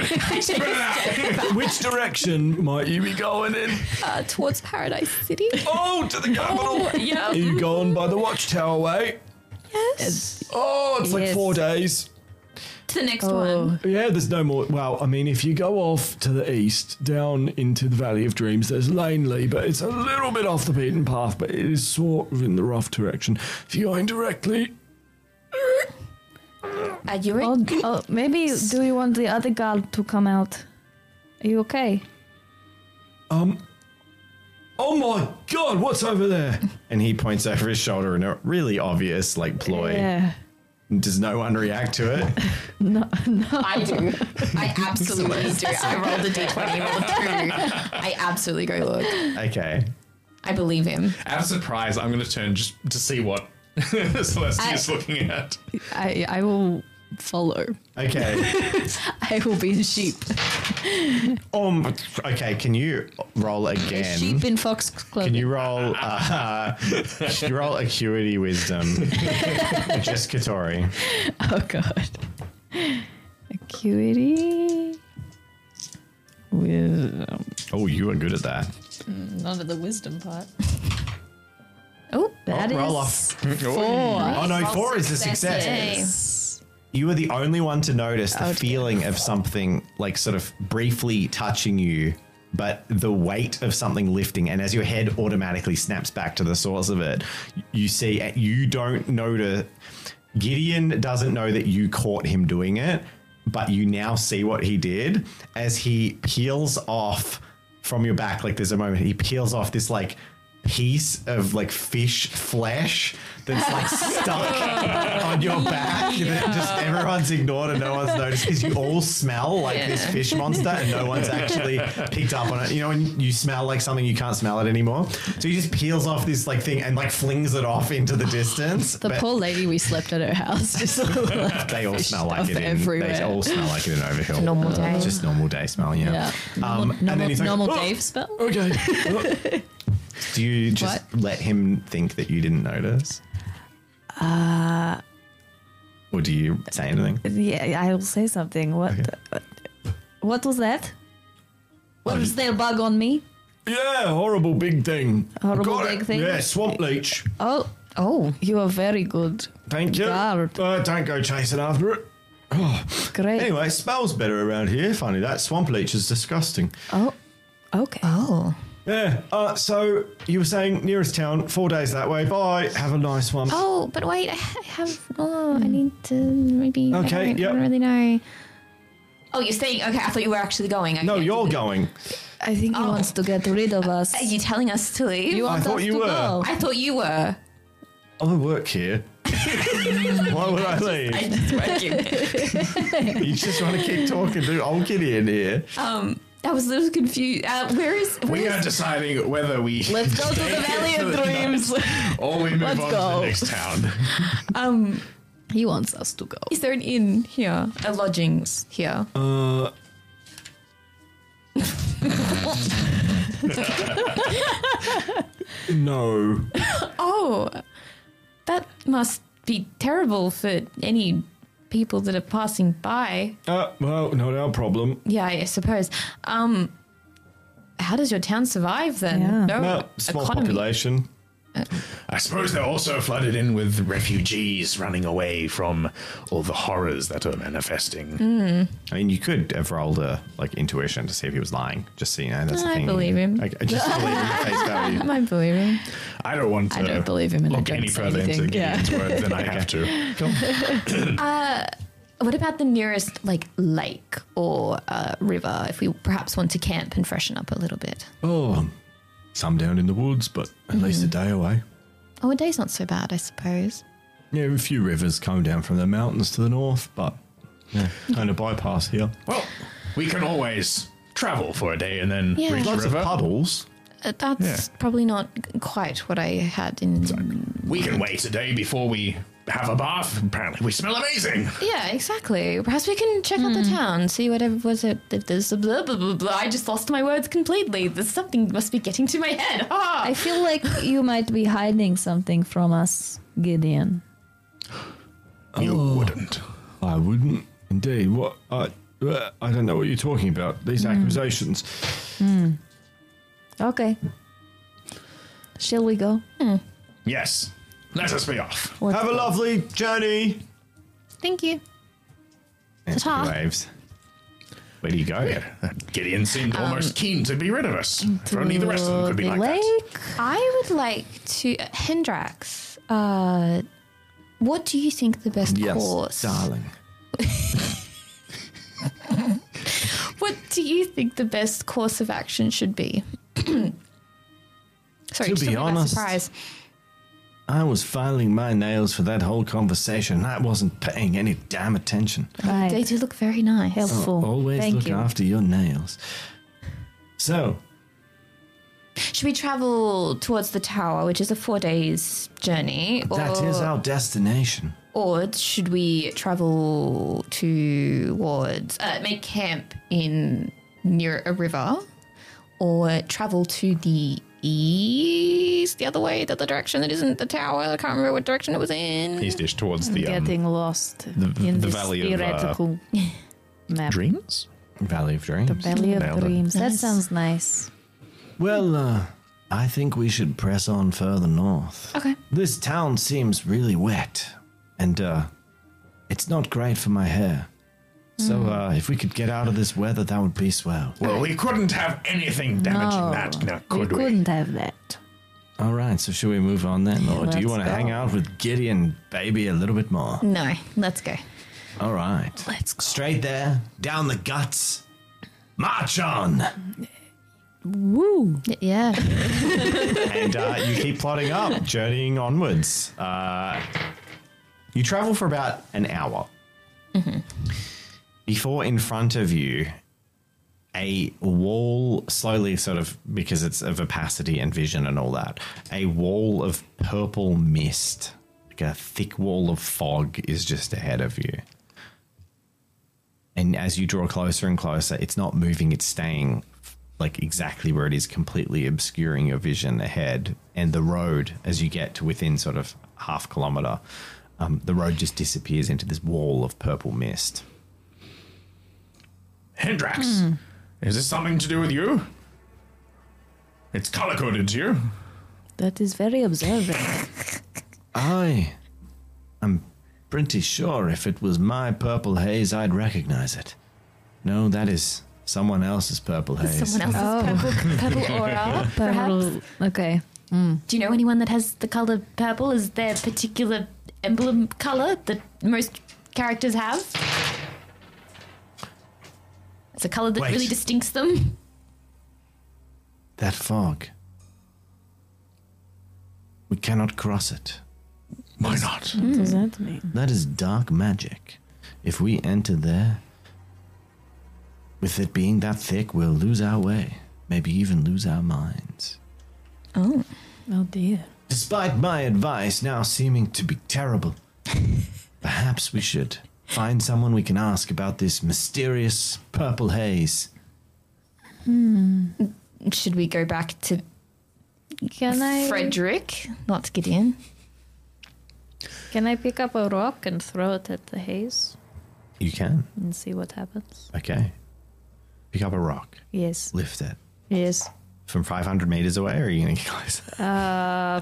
Which direction might you be going in?
Uh, towards Paradise City.
Oh, to the capital. Are
yeah.
you going by the watchtower way?
Yes.
Oh, it's like
Yes.
four days.
To the next one.
Yeah, there's no more. Well, I mean, if you go off to the east, down into the Valley of Dreams, there's Laneley, but it's a little bit off the beaten path, but it is sort of in the rough direction. If you're going directly,
Are you ready?
Oh, oh, maybe do you want the other girl to come out? Are you okay?
oh my god, what's over there?
And he points over his shoulder in a really obvious, like, ploy.
Yeah.
Does no one react to it?
I do. I absolutely do. I rolled a d20, rolled a two. I absolutely go look.
Okay.
I believe him.
Out of surprise, I'm going to turn just to see what Celestia is looking at.
I I will follow.
Okay.
I will be the sheep.
um, okay, can you roll again?
Sheep in fox club.
Can you roll, uh, should you roll acuity wisdom? Just Katori.
Oh god. Acuity. With
Oh, you are good at that.
none of the wisdom part.
Oh,
That is
roll off.
four.
Oh, no, four is a success. You were the only one to notice the feeling of something like sort of briefly touching you, but the weight of something lifting. And as your head automatically snaps back to the source of it, you see, you don't notice. Gideon doesn't know that you caught him doing it, but you now see what he did as he peels off from your back. Like there's a moment he peels off this like piece of like fish flesh that's like stuck on your back that just everyone's ignored and no one's noticed because you all smell like this fish monster and no one's actually picked up on it you know when you smell like something you can't smell it anymore so he just peels off this like thing and like flings it off into the distance
The
But-
poor lady we slept at her house. Just like
they all
fish
smell like
stuff
it in,
everywhere.
they all smell like it in Overhill.
normal day.
It's just normal day smell, yeah. Um, and then he's like,
normal Dave spell.
Okay.
do you just let him think that you didn't notice? Uh, or do you say anything?
Yeah, I will say something. What? what was that? What was their bug on me?
yeah, horrible big thing.
Horrible
Got
big
it.
thing?
Yeah, swamp leech.
Oh,
Oh,
you are very good.
Thank you.
Guard.
Uh, don't go chasing after it.
Great.
Anyway, smells better around here. Funny that swamp leech is disgusting.
Oh, okay.
oh.
Yeah. Uh, so you were saying nearest town, four days that way. Bye. Have a nice one.
Oh, but wait, I ha- have. Oh, I need to maybe. I
Okay,
don't- I
yep.
don't really know. Oh, you're saying. Okay, I thought you were actually going.
no,
Okay.
you're going.
I think he
Oh.
wants to get rid of us.
Are you telling us to leave?
You want
thought
us
you
to
were.
go?
I thought you were.
I work here. Why would I leave?
I just working.
You just want to keep talking, dude. I'll get in here.
um, I was a little confused. Uh, where is? Where
We
is-
are deciding whether we
Let's go to the Valley of Dreams.
or we move
Let's
on to
go.
the next town.
um,
he wants us to go.
is there an inn here? A lodgings here?
Uh, no.
Oh, that must be terrible for any people that are passing by.
Uh, well, not our problem.
Yeah, I suppose. Um, how does your town survive then?
Yeah.
No,
No, small
economy.
population.
I suppose they're also flooded in with refugees running away from all the horrors that are manifesting.
I mean, you could have rolled a like intuition to see if he was lying. Just so you know, that's the
I
thing.
believe him.
I, I just believe him at face value.
Am I believing?
I don't want to
I don't believe him and I
look
don't
any
say
further into
anything. Yeah.
Gideon's words than I have to.
What about the nearest like lake or uh, river? If we perhaps want to camp and freshen up a little bit.
Oh, some down in the woods, but at least a
Mm-hmm.
day away.
Oh, a day's not so bad, I suppose.
Yeah, a few rivers come down from the mountains to the north, but yeah, kind of bypass here.
Well, we can always travel for a day and then
Yeah.
reach
Lots
river.
of puddles.
Uh, that's probably not g- quite what I had in.
We can wait a day before we have a bath. Apparently, we smell amazing.
Yeah, exactly. Perhaps we can check out the town, see whatever was it. that There's a blah, blah, blah, blah. I just lost my words completely. There's something must be getting to my head. Ah!
I feel like you might be hiding something from us, Gideon.
You
Oh.
wouldn't.
I wouldn't, indeed. What I, uh, I don't know what you're talking about.
Hmm.
These accusations.
Okay. Shall we go?
Yes. Let us be off.
Let's
Have a
go.
lovely journey.
Thank you.
Ta-ta. Waves. Where do you go?
Gideon seemed
Um,
almost keen to be rid of us. If only the rest of them could be
The
like that.
lake?
I would like to. Hendrax, uh, what do you think the best course?
darling.
What do you think the best course of action should be? Sorry,
To
just
be
took me by
honest,
surprise.
I was filing my nails for that whole conversation. I wasn't paying any damn attention.
They
Right.
do look very nice.
Oh.
Helpful.
Always
Thank
look
you.
after your nails. So,
Should we travel towards the tower, which is a four days journey? Or,
that is our destination.
or should we travel towards, uh, make camp in near a river, or travel to the east, the other way, the other direction that isn't the tower? I can't remember what direction it was in.
He's dish towards the um,
Getting lost in
the
this
valley of, uh,
theoretical map.
dreams.
Valley of Dreams.
Valley of
Nailed it.
Dreams. That sounds nice.
Well, uh, I think we should press on further north.
Okay.
This town seems really wet, and uh, it's not great for my hair.
Hmm.
So, uh, if we could get out of this weather, that would be swell.
Well, we couldn't have anything damaging
No,
that now,
we
could we?
Oh. couldn't have that.
All right, so should we move on then, or do you
let's
want to
go.
hang out with Gideon, baby, a little bit more?
No, let's go.
All right,
Let's go.
straight there, down the guts, march on.
Woo!
Yeah.
and uh, you keep plodding up, journeying onwards. Uh, you travel for about an hour before, in front of you, a wall slowly, sort of because it's of opacity and vision and all that, a wall of purple mist, like a thick wall of fog, is just ahead of you. And as you draw closer and closer, it's not moving, it's staying like exactly where it is, completely obscuring your vision ahead. And the road, as you get to within sort of half kilometer, um, the road just disappears into this wall of purple mist.
Hendrax, is this something to do with you? It's color coded to you.
That is very observant.
I am pretty sure if it was my purple haze, I'd recognize it. No, that is someone else's purple haze.
Someone else's purple,
Oh.
purple aura, perhaps.
Purple- okay.
Do you know anyone that has the color purple as their particular emblem color that most Um, characters have? It's a color that
Wait.
really distincts them.
That fog. We cannot cross it.
Why not?
What does that mean?
That is dark magic. If we enter there, with it being that thick, we'll lose our way. Maybe even lose our minds.
Oh,
Oh dear.
Despite my advice now seeming to be terrible, perhaps we should find someone we can ask about this mysterious purple haze.
should we go back to
Can I
Frederick, not Gideon?
can I pick up a rock and throw it at the haze
You can.
and see what happens?
Okay. Pick up a rock,
Yes.
lift it.
Yes.
From 500 meters away, or are you going to get close?
Uh,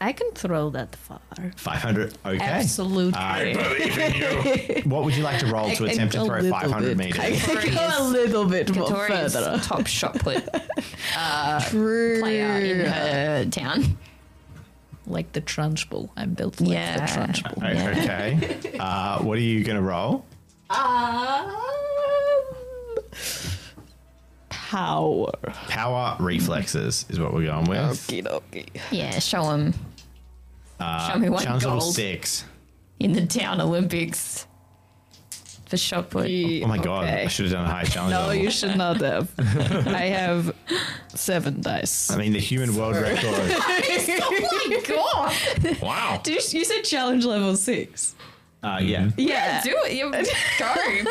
I can throw that far.
500. Okay.
Absolutely.
What would you like to roll to attempt to throw 500 meters?
a little bit
Katori's top shot put
True.
uh, player in her town.
Like the Trunchbull. I'm built like
Yeah.
the Trunchbull.
Okay. Uh, what are you going to roll?
Power.
Power reflexes is what we're going with.
Okie dokie.
Yeah, show him. show me one
Chance level
gold
six.
in the town Olympics for shot put.
Oh my god! I should have done a high challenge.
No,
level.
you should not have. I have seven dice.
I mean, the human world record.
Wow.
You said challenge level six.
Uh, yeah.
Yeah.
Do it. You go,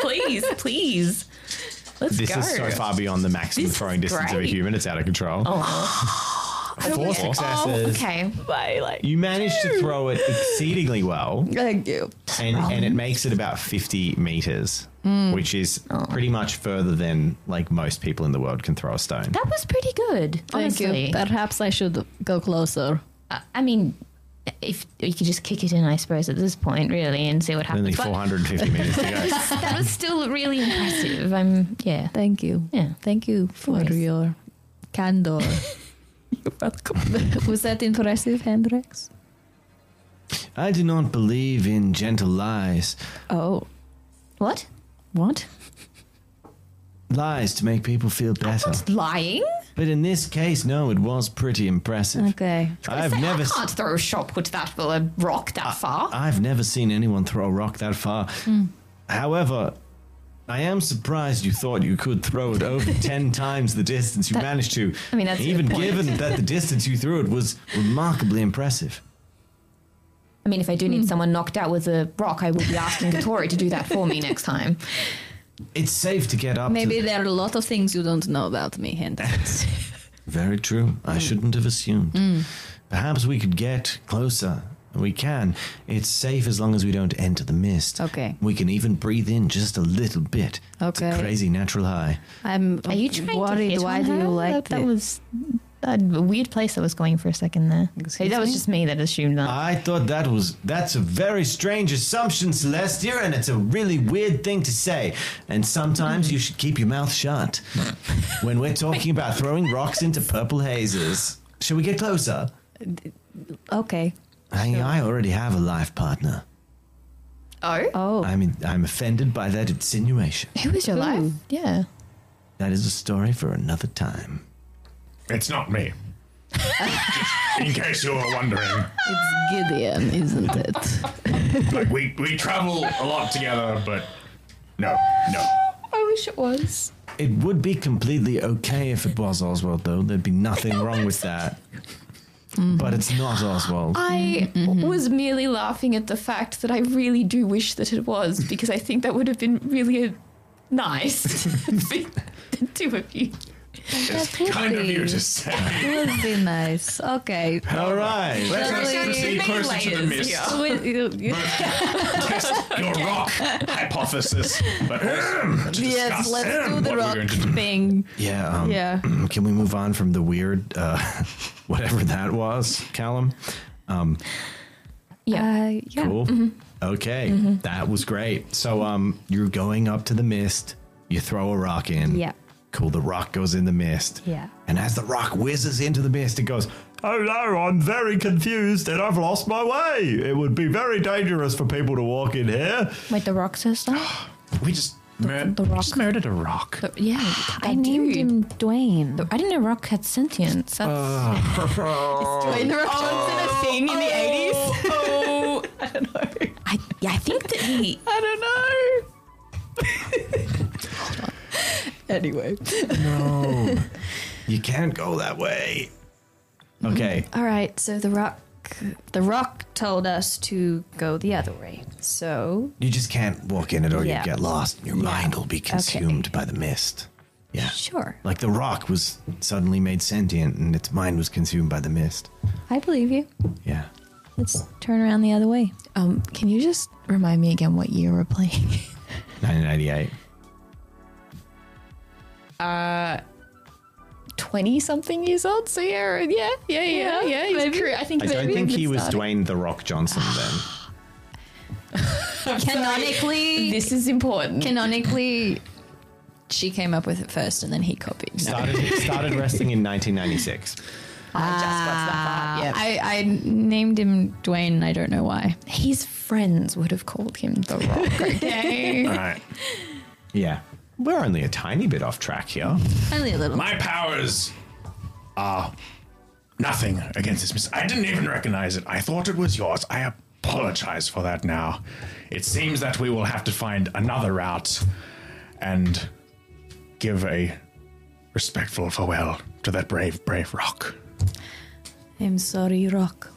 please, please. Let's
This
go.
is so far beyond the maximum
This
throwing
is
distance of a
great.
human. It's out of control. Four
Oh,
successes.
okay.
By like.
You managed to throw it exceedingly well,
Thank you.
and, and it makes it about 50 meters,
Hmm.
which is
Oh.
pretty much further than like most people in the world can throw a stone.
That was pretty good.
Thank
honestly.
you. Perhaps I should go closer.
I- I mean, if you could just kick it in, I suppose, at this point, really, and see what happens.
Only
But
450 meters to go.
that was still really impressive. I'm, yeah,
Thank you.
yeah.
Thank you for
course.
your candor.
You're welcome.
Was that impressive, Hendrix?
I do not believe in gentle lies.
Oh.
What?
What?
Lies to make people feel better.
Lying?
But in this case, no, it was pretty impressive.
Mm.
Okay.
I've
Say,
never
I can't throw a shot put that for a rock that far.
I've never seen anyone throw a rock that far.
Mm.
However, I am surprised you thought you could throw it over 10 times the distance you managed to.
I mean, that's a
even
good point.
given that the distance you threw it was remarkably impressive.
I mean, if I do need someone knocked out with a rock, I will be asking Katori to do that for me next time.
It's safe to get up
Maybe
to
there are a lot of things you don't know about me, Hendrix.
Very true.
Hmm.
I shouldn't have assumed. Perhaps we could get closer. We can. It's safe as long as we don't enter the mist.
Okay.
We can even breathe in just a little bit. It's
Okay.
a crazy natural high.
I'm
Are you trying to
worried.
hit
Why
on
do
her?
you like
that? That
thi-
was a weird place I was going for a second there.
Excuse
that was
me?
just me that assumed that.
I thought that was that's a very strange assumption, Celestia, and it's a really weird thing to say. And
Hmm.
sometimes you should keep your mouth shut when we're talking about throwing rocks into purple hazes. Shall we get closer?
Okay.
I, I already have a life partner.
oh?
Oh.
I'm in, I'm offended by that insinuation.
Who was your life? Yeah.
That is a story for another time.
It's not me. In case you were wondering,
It's Gideon, isn't it?
like we we travel a lot together, but no, no.
I wish it was.
It would be completely okay if it was Oswald, though. There'd be nothing wrong with that. But it's not Oswald.
I was merely laughing at the fact that I really do wish that it was because I think that would have been really a, nice. the the two of you.
It's kind of you to say.
Would be nice. Okay.
All right.
Let us
Lovely.
proceed closer to the mist.
Would- you- you-
Your rock hypothesis, but also to
yes,
discuss um,
let's do
what
the
we're
rock
going to do. Hmm.
thing.
Yeah. Um,
Yeah.
Can we move on from the weird, uh, whatever that was, Callum? Um,
Uh, yeah.
Cool. Okay, Mm-hmm. that was great. So, um, you're going up to the mist. You throw a rock in.
Yeah.
Cool. The rock goes in the mist.
Yeah.
And as the rock whizzes into the mist, it goes. Oh no, I'm very confused and I've lost my way. It would be very dangerous for people to walk in here.
Wait, the rock says that?
We just, mur-
the
we
rock.
just murdered a rock.
yeah.
I named him Dwayne.
I didn't know rock had sentience. That's
Dwayne the Rock Johnson, a thing in the 80s?
I, yeah, I think that he.
I don't know. anyway.
You can't go that way. Okay.
All right, so the rock the rock told us to go the other way. So,
You just can't walk in it or
Yeah.
you get lost. Your mind will be consumed by the mist. Yeah.
sure.
Like the rock was suddenly made sentient and its mind was consumed by the mist.
I believe you.
Yeah.
Let's turn around the other way.
Um, can you just remind me again what year we're playing?
1998.
20 something years old. So yeah, yeah, yeah, yeah, yeah. He's cre- I think
I don't think he was Dwayne the Rock Johnson then.
Canonically,
This is important.
canonically she came up with it first and then he copied. No.
Started, started wrestling in 1996.
I, Ah, I named him Dwayne, I don't know why.
His friends would have called him the rock. Okay.
All right.
Yeah. We're only a tiny bit off track here.
Only a little.
My powers are nothing against this mist. I didn't even recognize it. I thought it was yours. I apologize for that now. It seems that we will have to find another route and give a respectful farewell to that brave, brave rock.
I'm sorry, Rock.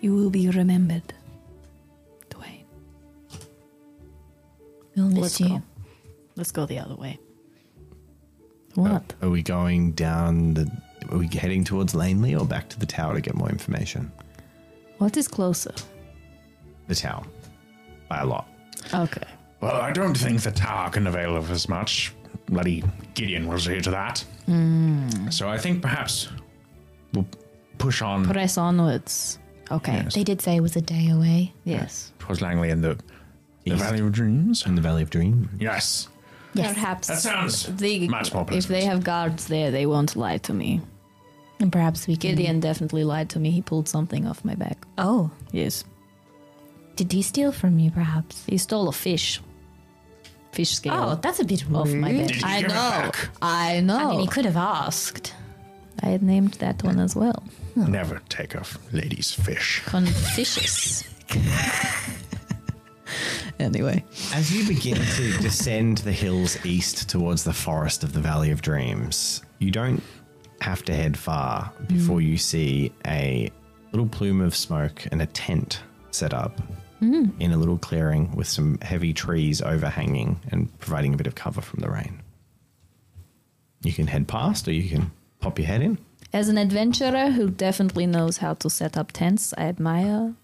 You will be remembered. Dwayne.
We'll miss
Let's
you.
go. Let's go the other way. What?
Are we going down the. Are we heading towards Laneley or back to the tower to get more information?
Oh.
What is closer?
The tower. By a lot.
Okay.
Well, I don't think the tower can avail of as much. Bloody Gideon will see to that. So I think perhaps we'll push on
Press onwards. Okay.
They did say it was a day away.
Yes.
towards Langley and the, the
East.
Valley of Dreams.
In the Valley of Dream.
Yes.
Perhaps
That sounds
they,
much more
if they
pleasant.
have guards there, they won't lie to me.
And perhaps we can.
Gideon definitely lied to me. He pulled something off my back.
Oh,
Yes.
did he steal from you perhaps?
He stole a fish. Fish scale.
Oh, that's a bit rude.
off my back.
Did you
I
give it
know.
back?
I
I
know.
mean, he could have asked.
I had named that one as well.
Never take a f- lady's fish.
Confucius. anyway.
As you begin to descend the hills east towards the forest of the Valley of Dreams, you don't have to head far before you see a little plume of smoke and a tent set up in a little clearing with some heavy trees overhanging and providing a bit of cover from the rain. You can head past or you can pop your head in.
As an adventurer who definitely knows how to set up tents, I admire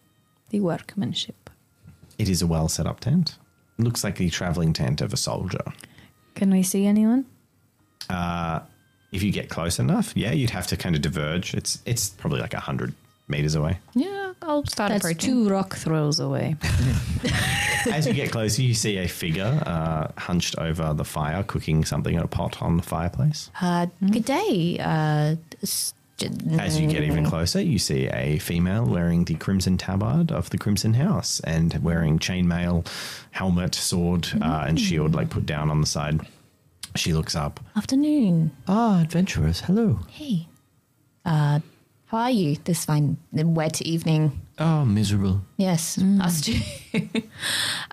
the workmanship.
It is a well set up tent. Looks like the traveling tent of a soldier.
Can we see anyone?
if you get close enough, yeah, you'd have to kind of diverge. It's it's probably like hundred meters away.
yeah, I'll start
That's two rock throws away.
As you get closer, you see a figure uh, hunched over the fire, cooking something in a pot on the fireplace.
Uh, Good day. Uh, s- j-
As you get even closer, you see a female wearing the crimson tabard of the Crimson House and wearing chainmail, helmet, sword, uh, and shield, like put down on the side. She looks up.
afternoon.
Ah, adventurers, hello.
Hey, Uh, how are you this fine wet evening?
Oh, miserable.
Yes,
Mm.
us too.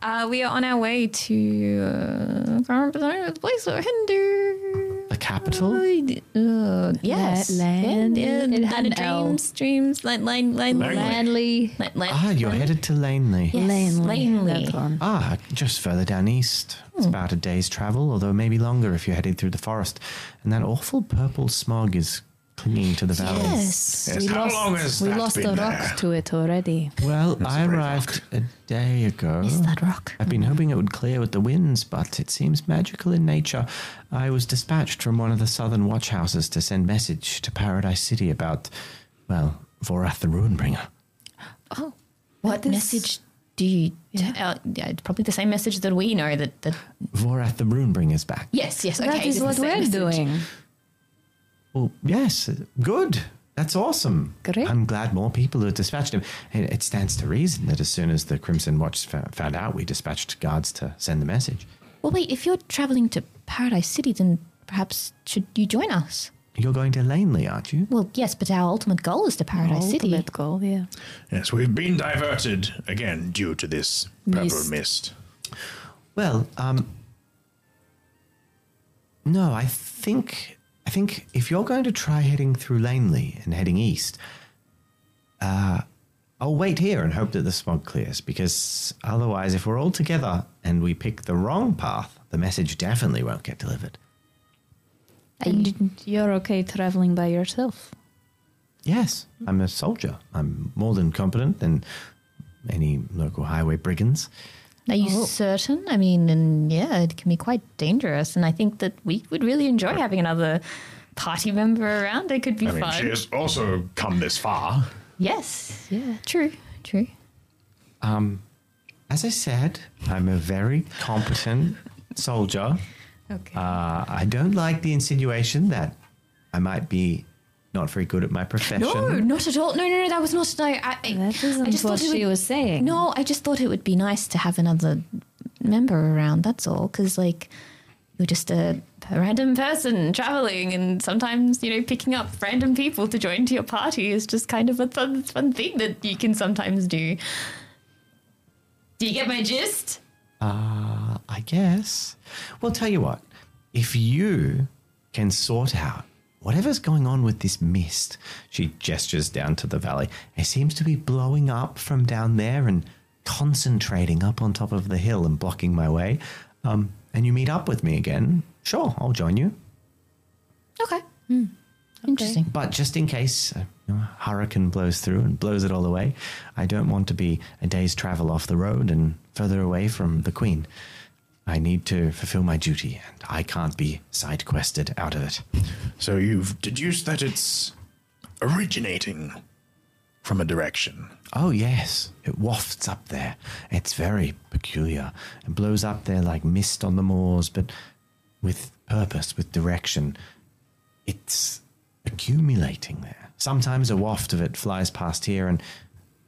Uh, we are on our way to uh, can't remember the place we're heading.
The capital?
Uh, yes,
Land-
Yeah,
it
yeah,
had an L.
dreams, dreams, land, land, land, land,
Landley.
land, land.
Ah, you're headed to Laneley.
Yes, Laneley.
That one.
Ah, just further down east. It's about a day's travel, although maybe longer if you're heading through the forest. And that awful purple smog is clinging to the valley.
Yes.
Yes,
We
how
lost,
long has
we
that
lost
been
a rock
there?
to it already.
Well, I
a brave
arrived a day ago.
that rock.
I've been hoping it would clear with the winds, but it seems magical in nature. I was dispatched from one of the southern watch houses to send message to Paradise City about, well, Vorath the Ruinbringer.
What message do you? Yeah. Uh, yeah, it's probably the same message that we know that. that
Vorath the Ruinbringer's back.
yes, yes. Okay,
that is
it's the
what
same
we're
message.
doing.
Well, yes, good. That's awesome.
Great.
I'm glad more people have dispatched him. It, it stands to reason that as soon as the Crimson Watch fa- found out, we dispatched guards to send the message.
Well, wait. If you're traveling to Paradise City, then perhaps should you join us?
You're going to Laneley, aren't you?
Well, yes, but our ultimate goal is to Paradise City.
Ultimate goal, yeah.
Yes, we've been diverted again due to this purple
Mist.
mist.
Well, um, no, I think I think if you're going to try heading through Laneley and heading east, uh, I'll wait here and hope that the smog clears. Because otherwise, if we're all together and we pick the wrong path, the message definitely won't get delivered.
And you're okay traveling by yourself.
Yes, I'm a soldier. I'm more than competent than any local highway brigands.
Are you certain? I mean, and yeah, it can be quite dangerous. And I think that we would really enjoy having another party member around. It could be
I mean,
fun.
she has also come this far.
Yes. Yeah. True. True.
As I said, I'm a very competent soldier.
Okay.
Uh, I don't like the insinuation that I might be not very good at my profession.
no, not at all. No, no, no. That was not. No, I, I,
That
I
isn't
just
what
thought it
she
would-
was saying.
No, I just thought it would be nice to have another member around. That's all. Because like, you're just a, a random person traveling, and sometimes you know picking up random people to join to your party is just kind of a fun, fun thing that you can sometimes do. Do you get my gist?
I guess. Well, tell you what. If you can sort out whatever's going on with this mist, she gestures down to the valley. It seems to be blowing up from down there and concentrating up on top of the hill and blocking my way. Um, and you meet up with me again. Sure, I'll join you.
Okay. Interesting.
But just in case a you know, a hurricane blows through and blows it all away, I don't want to be a day's travel off the road and further away from the Queen. I need to fulfill my duty, and I can't be side quested out of it.
So you've deduced that it's originating from a direction.
Oh, yes, it wafts up there. It's very peculiar. It blows up there like mist on the moors, but with purpose, with direction. It's accumulating there. Sometimes a waft of it flies past here, and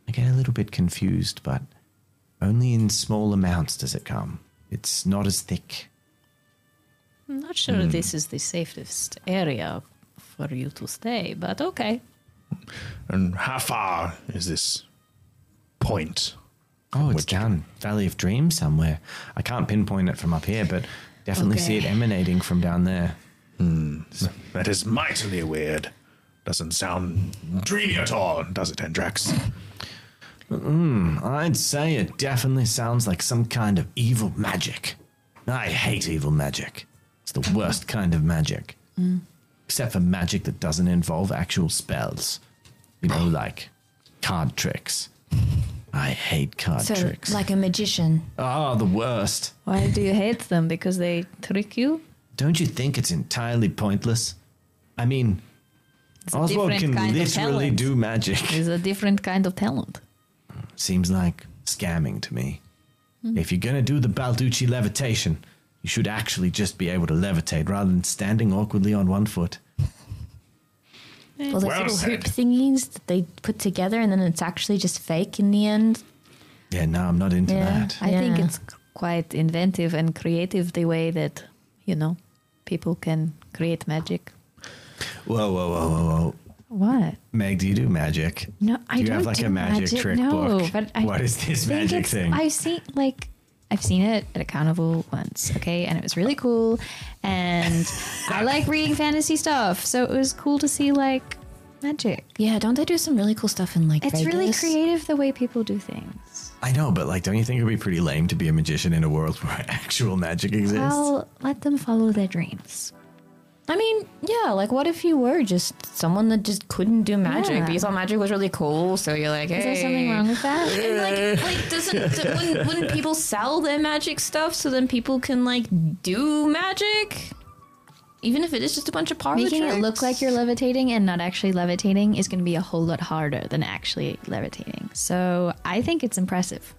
I get a little bit confused, but only in small amounts does it come. It's not as thick.
I'm not sure this is the safest area for you to stay, but okay.
And how far is this point?
Oh, it's down Valley of Dreams somewhere. I can't pinpoint it from up here, but definitely see it emanating from down there.
That is mightily weird. Doesn't sound dreamy at all, does it, Andrax?
I'd say it definitely sounds like some kind of evil magic. I hate evil magic. It's the worst kind of magic. Except for magic that doesn't involve actual spells. You know, like card tricks. I hate card
So,
tricks.
like a magician.
Ah, the worst.
Why do you hate them? Because they trick you?
Don't you think it's entirely pointless? I mean, Oswald can
different kind of
literally
talent.
do magic.
It's a different kind of talent.
seems like scamming to me.
Hmm.
If you're going to do the Balducci levitation, you should actually just be able to levitate rather than standing awkwardly on one foot.
Well, those
Well
little hoop
said.
thingies that they put together, and then it's actually just fake in the end.
Yeah, no, I'm not into
Yeah.
that.
I think
Yeah.
it's quite inventive and creative the way that, you know, people can create magic.
Whoa, whoa, whoa, whoa, whoa.
What?
Meg, do you do magic?
No, I
do you
don't
have like
do
a magic, trick
no,
book?
But I
what is this
think
magic
it's-
thing?
I've seen like I've seen it at a carnival once, okay, and it was really cool. And I like reading fantasy stuff, so it was cool to see like magic.
Yeah, don't they do some really cool stuff in like
It's really
Vegas?
creative the way people do things.
I know, but like, don't you think it would be pretty lame to be a magician in a world where actual magic exists?
Well, let them follow their dreams.
I mean, yeah, like what if you were just someone that just couldn't do magic,
Yeah.
but you thought magic was really cool, so you're like, hey.
Is there something wrong with that?
And like, like doesn't d- wouldn't, wouldn't people sell their magic stuff so then people can like do magic, even if it is just a bunch of parlor
Making it look
tricks?
like you're levitating and not actually levitating is going to be a whole lot harder than actually levitating. So I think it's impressive.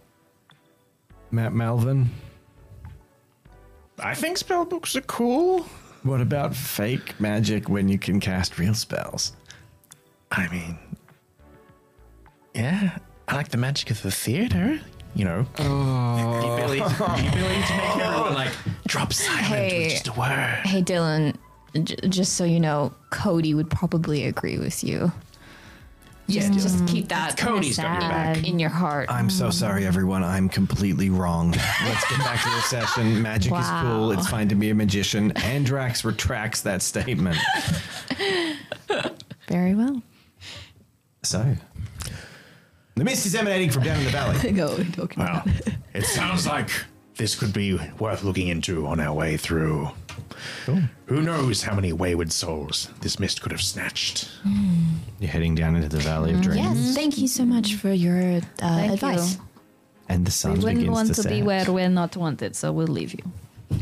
Matt Malvin,
I think spellbooks are cool.
what about fake magic when you can cast real spells?
I mean, yeah, I like the magic of the theater. You know,
Oh.
the ability, the ability to make everyone like drop silent
Hey.
with just a word.
Hey, Dylan, j- just so you know, Cody would probably agree with you. Just, just keep that
Cody's got your back.
in your heart.
I'm so
Um.
sorry, everyone. I'm completely wrong. Let's get back to the session. Magic is cool. It's fine to be a magician. Andrax retracts that statement.
Very well.
So, the mist is emanating from down in the valley.
Well, it sounds like this could be worth looking into on our way through. Who knows how many wayward souls this mist could have snatched?
You're heading down into the valley of
Mm,
dreams,
Yes, thank you so much for your uh,
Thank
advice.
you.
and the sun
We wouldn't
begins
want
to,
to, be
set.
where we're not wanted, so we'll leave you.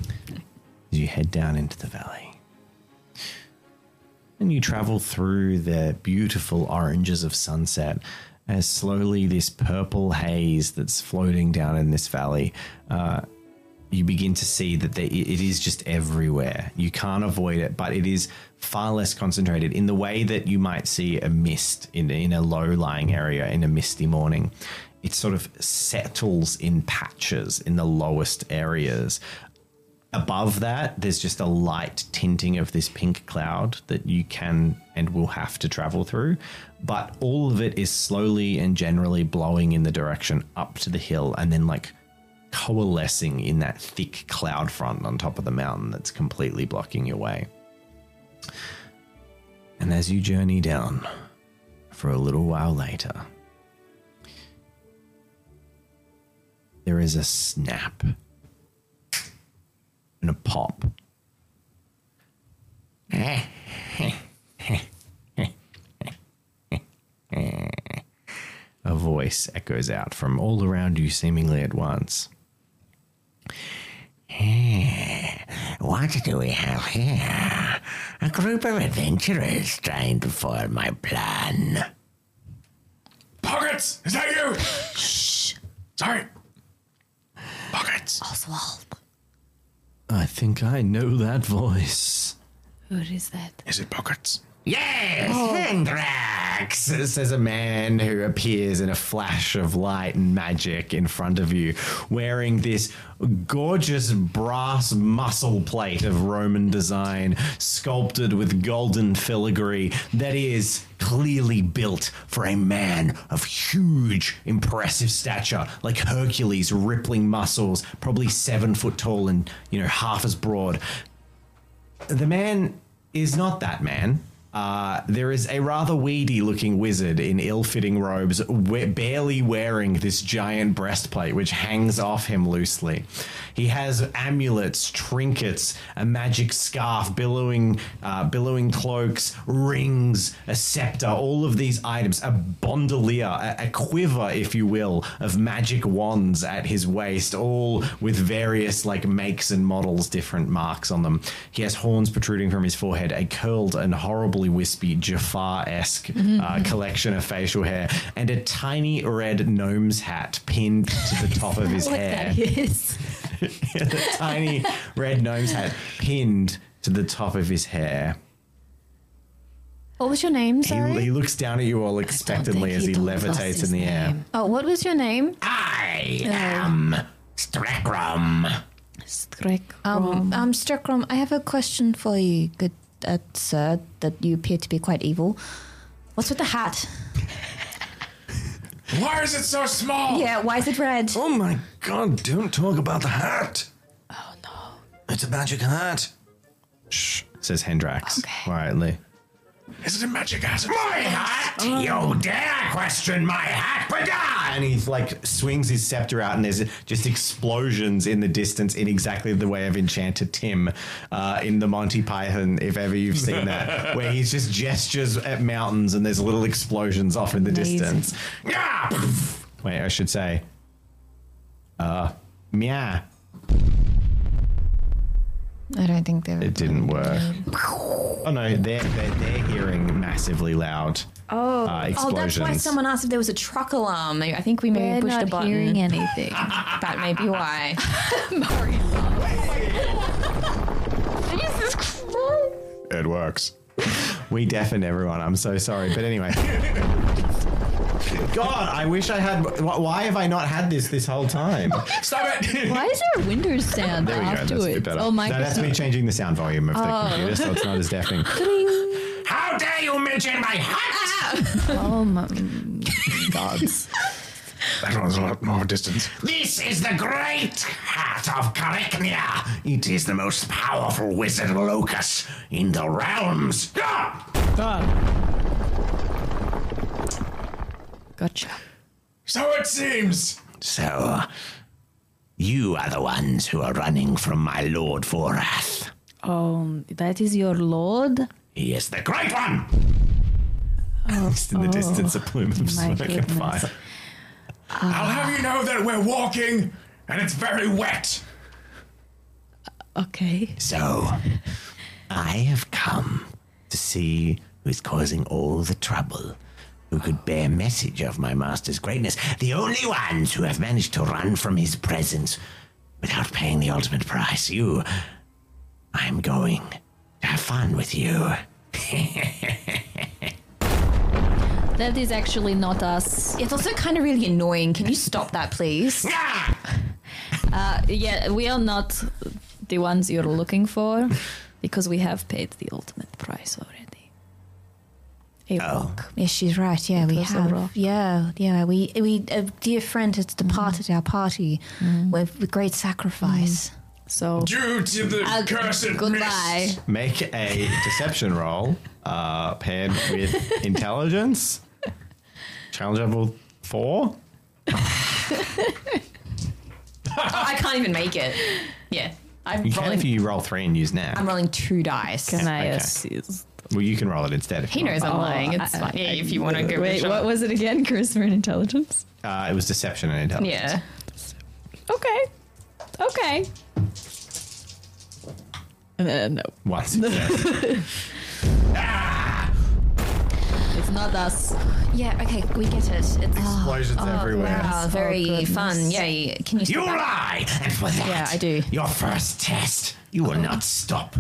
you head down into the valley. And you travel through the beautiful oranges of sunset as slowly this purple haze that's floating down in this valley. Uh, you begin to see that they, it it is just everywhere. You can't avoid it, but it is far less concentrated in the way that you might see a mist in, in a low lying area in a misty morning. It sort of settles in patches in the lowest areas above that, there's just a light tinting of this pink cloud that you can and will have to travel through. But all of it is slowly and generally blowing in the direction up to the hill and then like coalescing in that thick cloud front on top of the mountain that's completely blocking your way. And as you journey down for a little while later, there is a snap and a pop. a voice echoes out from all around you, seemingly at once.
What do we have here? A group of adventurers trying to foil my plan.
Pockets, is that you? Shh. Sorry. Pockets.
I think I know that voice.
Is it Pockets?
Yes, Andrax!
Says a man who appears in a flash of light and magic in front of you, wearing this gorgeous brass muscle plate of Roman design, sculpted with golden filigree, that is clearly built for a man of huge, impressive stature, like Hercules, rippling muscles, probably seven foot tall and, you know, half as broad the man is not that man. Uh, there is a rather weedy looking wizard in ill fitting robes, we- barely wearing this giant breastplate which hangs off him loosely. He has amulets, trinkets, a magic scarf, billowing, uh, billowing cloaks, rings, a scepter, all of these items, a bandolier, a, a quiver, if you will, of magic wands at his waist, all with various like makes and models, different marks on them. He has horns protruding from his forehead, a curled and horribly wispy Jafar esque uh, collection of facial hair, and a tiny red gnome's hat pinned to the top of his hair. a tiny red gnome's hat pinned to the top of his hair.
What was your name,
He,
sorry?
he looks down at you all expectantly as he levitates in the air.
Oh, what was your name?
I am Strekrum.
Um, um, Sturkrum, I have a question for you, good uh, sir, that you appear to be quite evil. What's with the hat?
Why is it so small?
Yeah, why is it red?
Oh my god, don't talk about the hat. Oh no. It's a magic hat.
Shh, says Hendrax quietly.
Is it a magic item?
My hat? You dare question my hat? Begone!
And he like swings his scepter out, and there's just explosions in the distance in exactly the way of Enchanter Tim uh, in the Monty Python, if ever you've seen that, where he's just gestures at mountains and there's little explosions off in the
Amazing.
distance. Ah! Wait, I should say, uh, meow.
I don't think they were.
It didn't work. Oh no, they're, they're, they're hearing massively loud oh, uh,
Oh,
explosions.
that's why someone asked if there was a truck alarm. I think we maybe
We're
pushed a
not
button.
hearing anything.
That may be why.
It works.
We deafen everyone. I'm so sorry. But anyway. God, I wish I had. wh- Why have I not had this this whole time?
Stop it!
Why is there a window stand
There we go. That's a bit
afterwards?
better.
Oh my
no, that's
god.
me changing the sound volume of the computer, so it's not as deafening.
How dare you mention my hat?
Oh my
Gods.
That one's a lot more distance.
This is the great hat of Karechnia. It is the most powerful wizard locus in the realms. Ah!
Gotcha.
So it seems.
So, you are the ones who are running from my Lord Vorath.
Um, that is your lord?
He is the great one.
Just in the distance, a plume of
my
smoke and
goodness.
fire.
I'll have you know that we're walking and it's very wet.
Okay.
So, I have come to see who's causing all the trouble, who could bear message of my master's greatness, the only ones who have managed to run from his presence without paying the ultimate price. You, I'm going to have fun with you.
That is actually not us.
It's also kind of really annoying. Can you stop that, please?
Uh, Yeah, we are not the ones you're looking for because we have paid the ultimate price already.
Oh.
A rock.
Yeah, she's right. Yeah, we
Because
have.
of rock.
Yeah, yeah. We we a dear friend has departed our party with, with great sacrifice.
So
Due to the cursed
Goodbye.
mist.
Make a deception roll uh, paired with intelligence. Challenge level four.
Oh, I can't even make it. Yeah, I'm
You can
rolling.
if you roll three and use now.
I'm rolling two dice.
can I
Okay.
assist?
Well, you can roll it instead. If
He
you want.
knows
Oh,
I'm lying. It's
uh-uh.
fine. Yeah, if you want to give it a shot.
was it again? Charisma and intelligence?
Uh, it was deception and intelligence.
Yeah.
Okay. Okay. Uh, no,
One success.
it's not us.
Yeah. Okay, we get it. It's
Explosions everywhere.
Oh,
wow, very fun. Yay. Can you?
You lie! And for that,
Yeah, I do.
your first test, you will not stop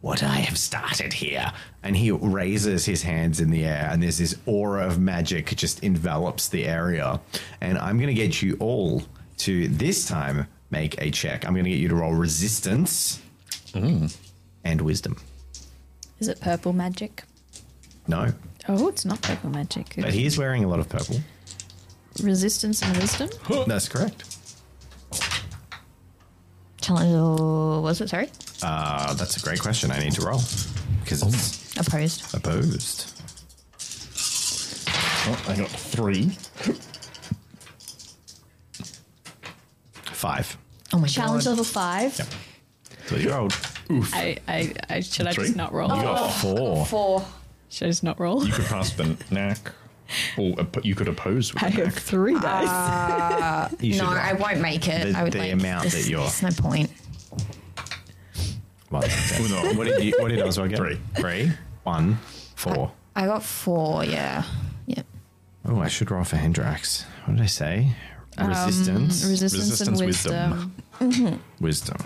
what I have started here.
And he raises his hands in the air, and there's this aura of magic just envelops the area. And I'm going to get you all to this time make a check. I'm going to get you to roll resistance and wisdom.
Is it purple magic?
No,
Oh, it's not purple magic.
but he is wearing a lot of purple.
Resistance and wisdom?
That's correct.
Challenge. oh, Was it? Sorry.
Uh, that's a great question. I need to roll because it's
Opposed.
opposed.
Oh, I got three.
Five.
Oh my
Challenge
god.
level five.
So you rolled.
I, I, I should I just not roll?
You got four.
Four.
Should I just not roll?
You could pass the knack, or op- you could oppose with
I
the
have
knack.
three
Ah.
dice.
You should
No,
roll.
I won't make it.
The-
I would
the
like
amount
this-
that you're-
That's no point.
One success. what did you? What did Oswald get?
Three.
Three. One. Four.
I got four. Yeah. Yep.
Oh, I should roll for Hendrax. What did I say? Resistance.
Resistance,
Resistance,
and
wisdom.
wisdom.
wisdom.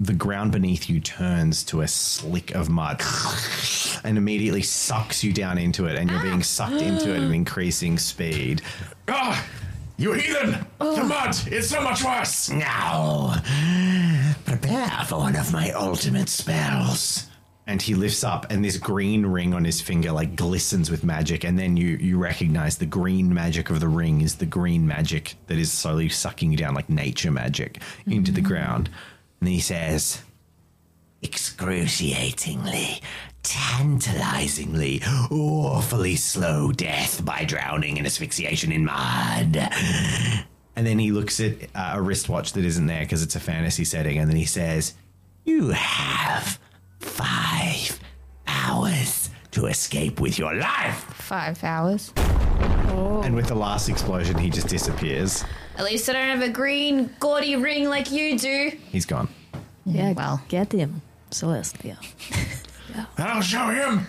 the ground beneath you turns to a slick of mud and immediately sucks you down into it, and you're being sucked into it at increasing speed.
Ah, you heathen!
Oh.
The mud! It's so much worse!
Now, prepare for one of my ultimate spells.
and he lifts up and this green ring on his finger like glistens with magic and then you you recognize the green magic of the ring is the green magic that is slowly sucking you down like nature magic into the ground
And he says, excruciatingly, tantalizingly, awfully slow death by drowning and asphyxiation in mud.
and then he looks at uh, a wristwatch that isn't there because it's a fantasy setting and then he says
You have five hours to escape with your life.
Five hours.
and with the last explosion he just disappears
At least I don't have a green, gaudy ring like you do.
he's gone
Yeah,
well.
get him, Celestia.
I'll show him.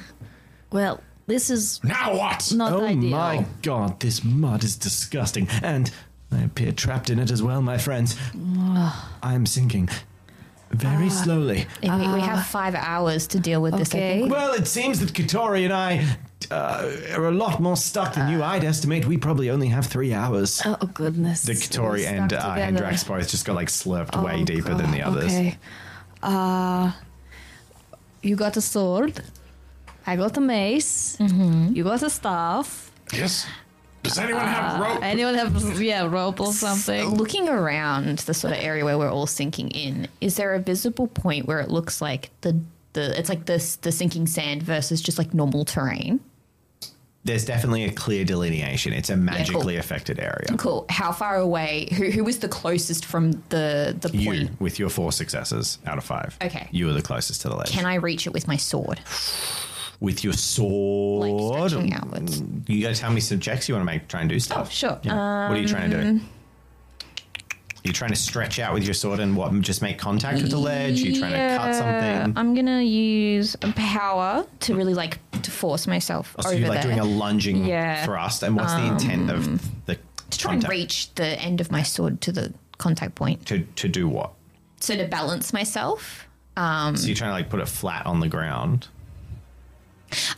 Well, this is
Now what?
not
Oh
ideal.
my god, this mud is disgusting. And I appear trapped in it as well, my friends. I'm sinking very
Uh.
slowly.
we, we
Ah.
have five hours to deal with this. I
Okay.
think.
Well, it seems that Katori and I uh, are a lot more stuck than you. I'd estimate we probably only have three hours.
Oh goodness.
the Katori and
Stuck
uh,
together.
Hendrax both just got like slurped way
Oh,
deeper than the
God,
others.
Okay. Uh, you got a sword. I got a mace. You got a staff.
Yes. Does anyone have
Uh,
rope?
Anyone have yeah rope or something?
Looking around the sort of area where we're all sinking in, is there a visible point where it looks like the the it's like this the sinking sand versus just like normal terrain?
There's definitely a clear delineation. It's a magically
cool.
affected area.
Cool. How far away? Who who was the closest from the the point?
You, with your four successes out of five.
Okay.
You were the closest to the ledge.
Can I reach it with my sword?
with your
Like
sword. Mm.
stretching outwards.
you gotta tell me some checks you wanna make, try and do stuff.
Sure. Um,
Yeah. what are you trying to do? You're trying to stretch out with your sword and what? Just make contact with the ledge? You're trying to cut something?
I'm gonna use power to really like to force myself
Oh, so
over
you're like
there
doing a lunging
Yeah. Um,
thrust, and what's the intent of the
to try
contact?
and reach the end of my sword to the contact point.
to to do what?
So to balance myself,
So you're trying to like put it flat on the ground.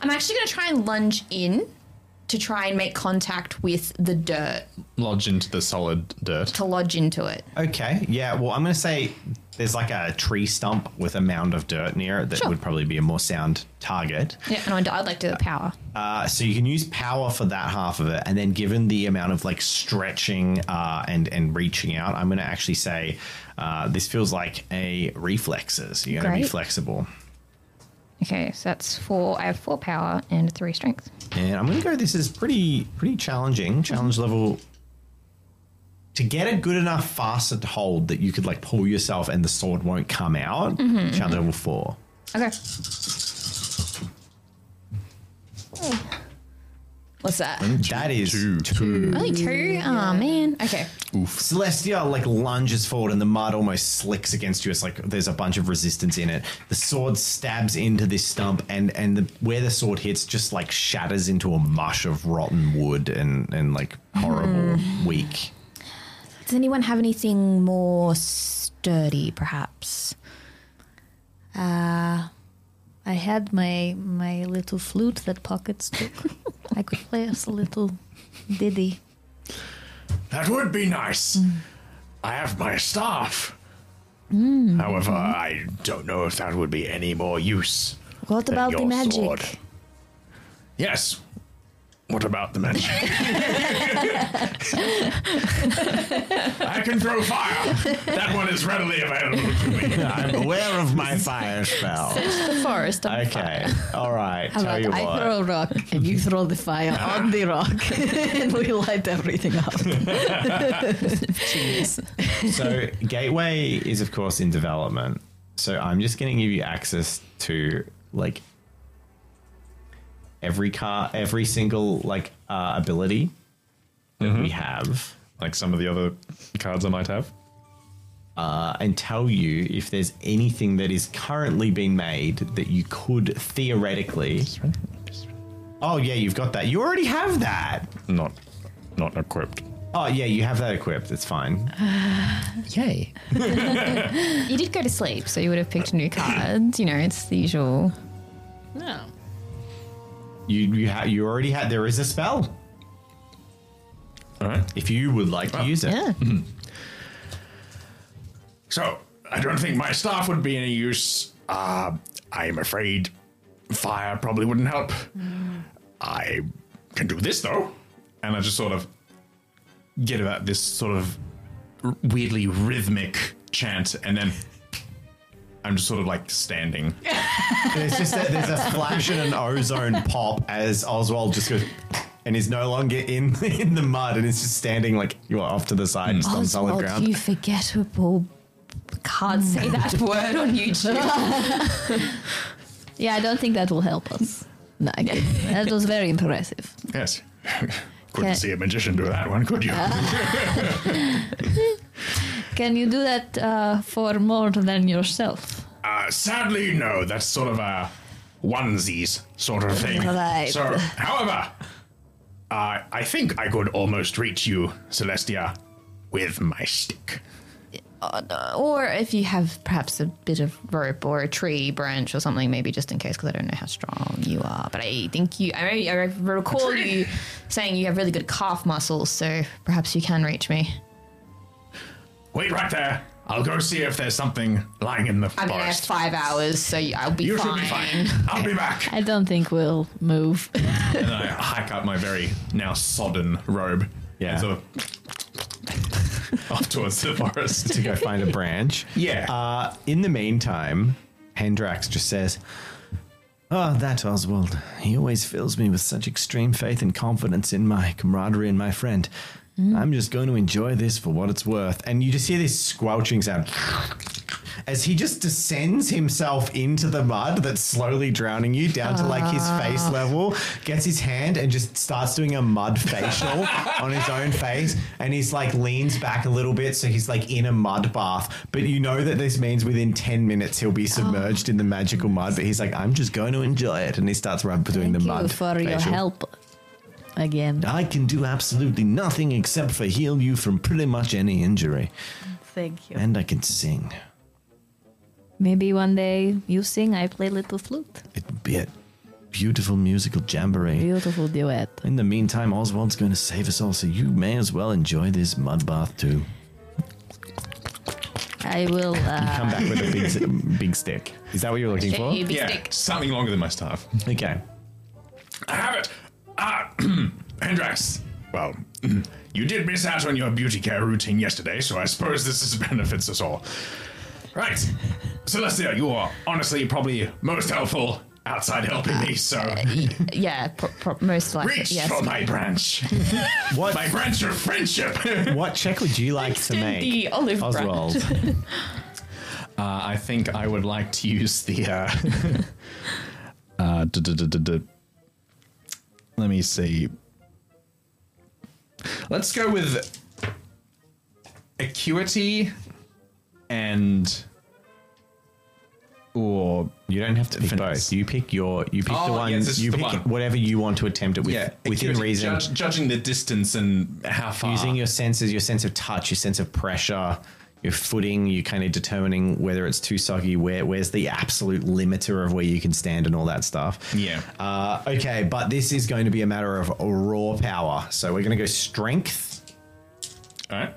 I'm actually gonna try and lunge in to try and make contact with the dirt
Lodge into the solid dirt.
to lodge into it.
Okay, yeah. Well, I'm gonna say there's like a tree stump with a mound of dirt near it that
Sure.
would probably be a more sound target.
Yeah, and I'd, I'd like to do the power.
Uh, so you can use power for that half of it, and then given the amount of like stretching uh, and and reaching out, I'm gonna actually say uh, this feels like a reflexes. You're gonna be
Great.
flexible.
Okay, so that's four. I have four power and three strength.
And I'm going to go. This is pretty pretty
Mm-hmm.
challenging. Challenge level to get a good enough fastened hold that you could like pull yourself and the sword won't come out.
Mm-hmm,
challenge level four.
Okay. What's that?
That is two.
Only two? Oh man. Okay.
Celestia like lunges forward and the mud almost slicks against you. It's like there's a bunch of resistance in it. The sword stabs into this stump and and the, where the sword hits just like shatters into a mush of rotten wood and and like horrible
Hmm.
weak.
Does anyone have anything more sturdy, perhaps?
I had my my little flute that pockets took. I could play us a little ditty.
That would be nice.
Hmm.
I have my staff.
Hmm.
However, I don't know if that would be any more use.
What
than
about the
your
magic?
sword. Yes. What about the magic? I can throw fire. That one is readily available to me.
I'm aware of my fire spell.
The forest.
Okay. All right.
How
Tell
about
you
I
what.
throw a rock and you throw the fire on the rock and we light everything up.
So Gateway is of course in development. So I'm just going to give you access to like every car, every single like uh, ability that we
Mm-hmm.
have,
Like some of the other cards I might have.
uh, and tell you if there's anything that is currently being made that you could theoretically. Oh yeah, you've got that. You already have that.
Not not equipped.
Oh yeah, you have that equipped. It's fine.
Yay.
You did go to sleep, so you would have picked new cards. You know, it's the usual.
No.
You you ha- you already had. There is a spell.
All right.
If you would like to use it.
So, I don't think my staff would be any use Uh, I am afraid fire probably wouldn't help. I can do this though. And I just sort of get about this sort of r- weirdly rhythmic chant, and then I'm just sort of like standing.
There's just a, there's a flash and an ozone pop as Oswald just goes and is no longer in in the mud and is just standing like you are off to the side, just on solid ground.
you forgettable. Can't say that word on YouTube.
Yeah, I don't think that will help us. No, I kidding. that was very impressive.
Yes. Couldn't
Okay.
see a magician do that one, could you?
Can you do that uh, for more than yourself?
Uh, sadly, no. That's sort of a onesies sort of thing.
Right.
So, however, uh, I think I could almost reach you, Celestia, with my stick.
or if you have perhaps a bit of rope or a tree branch or something, maybe just in case, because I don't know how strong you are. But I think you, I, re- I re- recall you saying you have really good calf muscles, so perhaps you can reach me.
Wait right there. I'll go see if there's something lying in the
I'm gonna have
forest.
five hours, so you- I'll be
you should
fine.
be fine. I'll be back.
I don't think we'll move.
and then I hike up my very now sodden robe.
Yeah.
And sort of off towards the forest.
to go find a branch.
Yeah.
Uh, in the meantime, Hendrax just says, Oh, that Oswald. He always fills me with such extreme faith and confidence in my camaraderie and my friend. I'm just going to enjoy this for what it's worth. And you just hear this squelching sound as he just descends himself into the mud that's slowly drowning you down to like his face level, gets his hand and just starts doing a mud facial on his own face. And he's like leans back a little bit, so he's like in a mud bath. But you know that this means within 10 minutes he'll be submerged in the magical mud. But he's like, I'm just going to enjoy it. And he starts rub- doing the
Thank you
mud.
for your
facial.
help. Again,
I can do absolutely nothing except for heal you from pretty much any injury.
Thank you.
And I can sing.
maybe one day you sing, I play little flute.
It would be a beautiful musical jamboree.
Beautiful duet.
In the meantime, Oswald's going to save us all, so you may as well enjoy this mud bath too.
I will. Uh,
Come back with a big, big stick. Is that what you're looking for?
Maybe
yeah.
stick.
Something longer than my staff.
Okay.
I have it. Ah, Hendrax. Well, you did miss out on your beauty care routine yesterday, so I suppose this is benefits us all. Right, Celestia, you are honestly probably most helpful outside helping me, so
Yeah, pro- pro- most likely.
reach
Uh, Yes.
for my branch,
What
my branch of friendship.
what check would you like to make,
The olive
Oh,
branch.
Oswald?
Uh, I think I would like to use the. Uh, uh, duh, duh, duh, duh, duh. Let me see. Let's go with acuity and. Or
You don't have to pick
Finesse.
both. You pick your. You pick
Oh,
the
yeah,
one.
this is
you
the
pick
one.
whatever you want to attempt it with,
yeah,
within
acuity,
reason.
judge- judging the distance and how far.
using your senses, your sense of touch, your sense of pressure, your footing, you kind of determining whether it's too soggy, where where's the absolute limiter of where you can stand and all that stuff.
Yeah.
Uh, okay, but this is going to be a matter of raw power. So we're going to go strength
all right,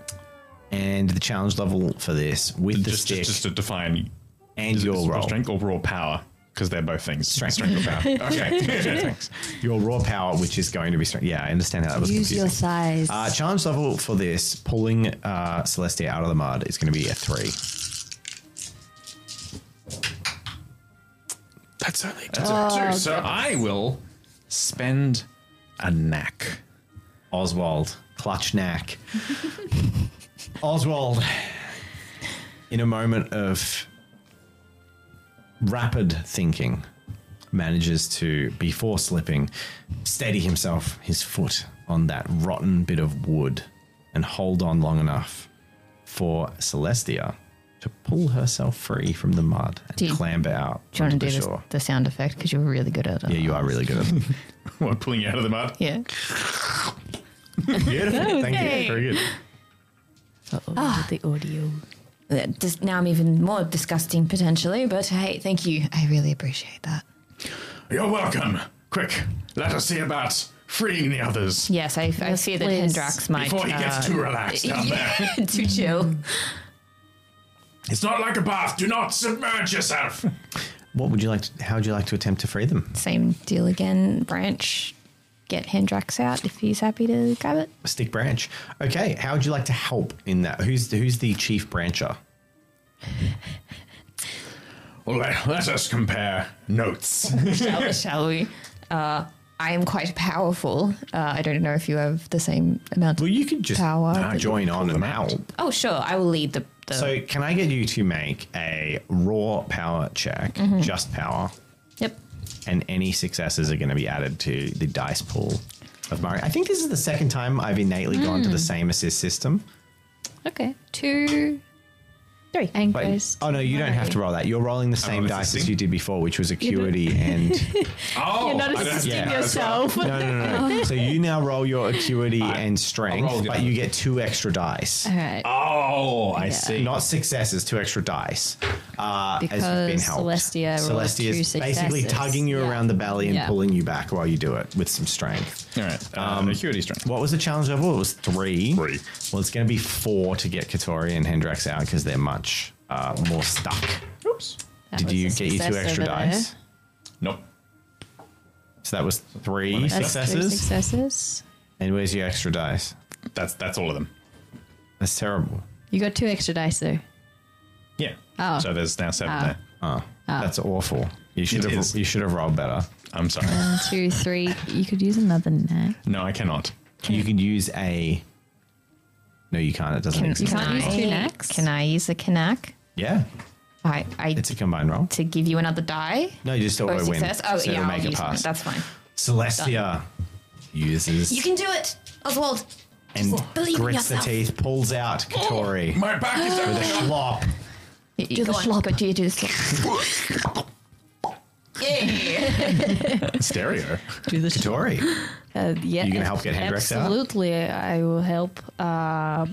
and the challenge level for this with the
just,
stick
just just to define
and
is
your
it
roll.
strength or raw power because they're both things. Strength, strength or power. Okay, thanks.
Your raw power, which is going to be strength. Yeah, I understand how that was
use
confusing.
your size.
Uh, challenge level for this pulling uh, Celestia out of the mud is going to be a three.
That's only
That's a
Oh,
two. So I will spend a knack.
Oswald, clutch knack. Oswald, in a moment of rapid thinking, manages to, before slipping, steady himself, his foot on that rotten bit of wood, and hold on long enough for Celestia to pull herself free from the mud and
Do you-
clamber out
Do you want
onto the
to do this,
shore.
the sound effect? Because you're really good at it.
Yeah, you are really good at it.
We're pulling you out of the mud.
Yeah.
Beautiful.
Oh,
Thank you. Very good.
Ah.
the audio.
That dis- now I'm even more disgusting potentially, but hey, thank you. I really appreciate that.
You're welcome. Quick, let us see about freeing the others
Yes, I, I fear that
please.
uh,
Hendrax might
before he gets
uh,
too relaxed down there.
too chill.
It's not like a bath. Do not submerge yourself.
What would you like? To, how would you like to attempt to free them?
Same deal again. Branch, get Hendrax out if he's happy to grab it.
Stick branch. Okay. How would you like to help in that? Who's who's the chief brancher?
Well, let, let us compare notes.
shall, shall we? Uh, I am quite powerful. Uh, I don't know if you have the same amount.
Well,
of
you could just
Power.
uh, join on and help.
Oh, sure. I will lead the. the
So, can I get you to make a raw power check, just power,
yep.
and any successes are going to be added to the dice pool of Mario? I think this is the second time I've innately gone to the same assist system.
Okay.
Two, three.
And
Wait,
goes.
oh no, you don't have to roll that. You're rolling the same
it's
dice
Oh, assisting?
as you did before, which was acuity and
Oh,
You're not
I don't have to
assisting
do that as well.
yourself.
no, no, no. so you now roll your acuity and
roll
strength,
the
but
other.
you get two extra dice.
All right.
Oh, I
Yeah.
see.
Not successes, two extra dice. Uh, as you've been
Because
helped.
Celestia rolled
Celestia
two
is basically
successes.
tugging you
Yeah.
around the belly and
Yeah.
pulling you back while you do it with some strength.
All right. Um, acuity strength.
What was the challenge level? It was three.
Three.
Well, it's going to be four to get Katori and Hendrax out because they're much uh, more stuck.
Oops.
That
Did
was
you
a
get you
success
two extra
over
dice?
there.
Nope.
So that was three
That's
successes.
Three successes.
And where's your extra dice?
That's that's all of them.
That's terrible.
You got two extra dice though.
Yeah.
Oh.
So there's now seven there.
Oh,
Ah.
that's awful. You should
It
have
is.
you should have rolled better.
I'm sorry.
One, two, three. You could use another nap.
No, I cannot.
You could use a. No, you can't. It doesn't
Can,
exist.
can
Can't use
I-
two knacks?
Can I use a Kanak?
Yeah,
I, I
it's a combined roll.
to give you another die.
No, you just don't
Or
win.
success. Oh,
so
yeah.
it'll
I'll
make it
use
pass.
it. That's fine.
Celestia uses
You can do it, Oswald.
and
believe in
grits the
yourself. Oh.
teeth, pulls out Katori
My back is
with a
everything.
slop.
You, you go on, go do, you do the slop.
Stereo.
Katori,
Uh, yeah,
You gonna help get Hendrix out?
Absolutely, I will help. Uh,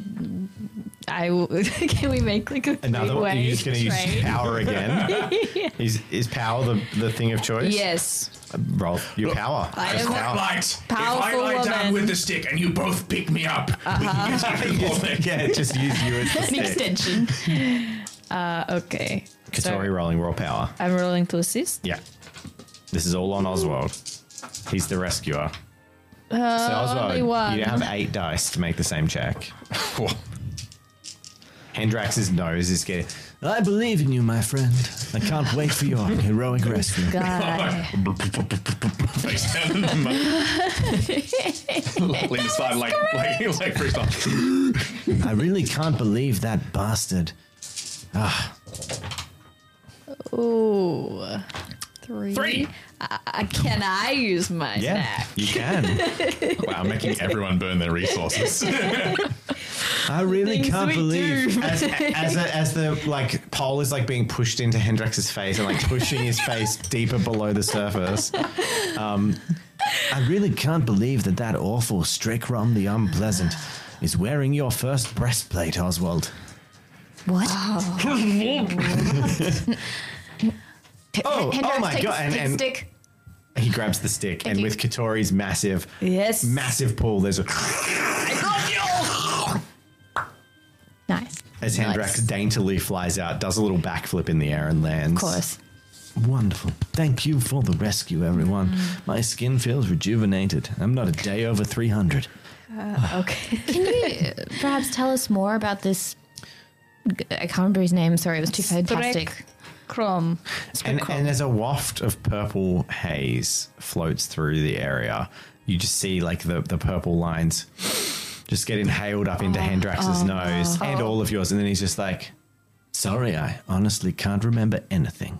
I will. can we make like a
another one.
three-way
You're just going to use
trade?
power again. is, is power the, the thing of choice?
Yes,
Roll your power.
I
It's
am
quite light. if I
powerful
lie down
woman. Uh-huh.
with the stick and you both pick me up, we can get you all there.
yeah, just use you as the stick.
extension. Uh, okay,
Katori rolling raw power.
I'm rolling to assist.
Yeah. This is all on Oswald. He's the rescuer. so Oswald,
Uh, only one.
you have eight dice to make the same check. Hendrax's nose is getting. I believe in you, my friend. I can't wait for your heroic rescue.
God,
Face down in the mud. Lean aside like like like freestyle.
I really can't believe that bastard.
ooh, three.
Three.
Uh, can I use my
Yeah,
snack?
you can.
Wow, making everyone burn their resources.
I really
Things
can't
we
believe
do.
as as, as the like pole is like being pushed into Hendrax's face and like pushing his face deeper below the surface. Um,
I really can't believe that that awful Strikrom the Unpleasant is wearing your first breastplate, Oswald.
What?
Oh, oh my god! And, and
stick.
he grabs the stick, and
you.
with Katori's massive,
Yes.
massive pull, there's a
Nice.
as Hendrax daintily flies out, does a little backflip in the air and lands.
Of course.
Wonderful. Thank you for the rescue, everyone. My skin feels rejuvenated. I'm not a day over 300.
Okay.
Can you uh, perhaps tell us more about this? I can't remember his name. Sorry, it was too fantastic.
Chrome.
And, and as a waft of purple haze floats through the area, you just see like the, the purple lines just get inhaled up
Oh,
into Hendrax's nose and all of yours. And then he's just like,
Sorry, I honestly can't remember anything.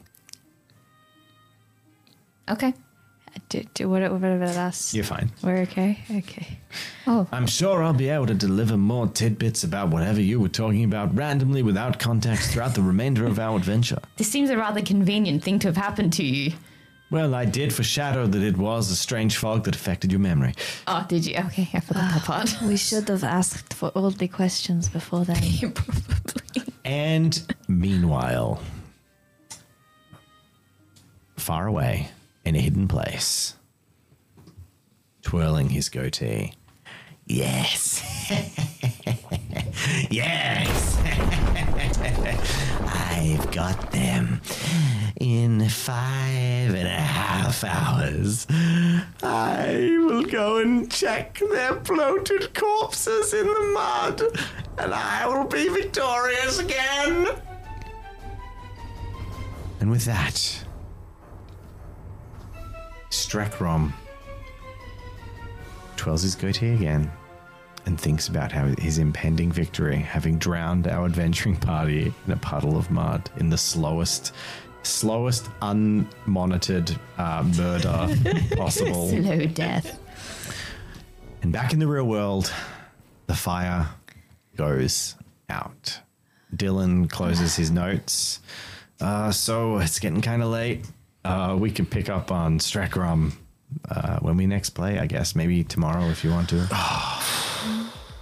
Okay.
Do, do what, whatever that's.
You're fine.
We're okay. Okay.
I'm sure I'll be able to deliver more tidbits about whatever you were talking about randomly without context throughout the remainder of our adventure.
This seems a rather convenient thing to have happened to you.
Well, I did foreshadow that it was a strange fog that affected your memory.
Oh, did you? Okay, I forgot that part.
We should have asked for all the questions before that.
And meanwhile, far away in a hidden place, twirling his goatee. Yes. yes.
I've got them in five and a half hours. I will go and check their bloated corpses in the mud, and I will be victorious again.
And with that, Strakrom twirls his goatee again and thinks about how his impending victory, having drowned our adventuring party in a puddle of mud in the slowest, slowest unmonitored uh, murder possible.
Slow death.
And back in the real world, the fire goes out. Dylan closes his notes. Uh, so it's getting kind of late. Uh, we can pick up on Strakrum uh, when we next play, I guess. Maybe tomorrow if you want to.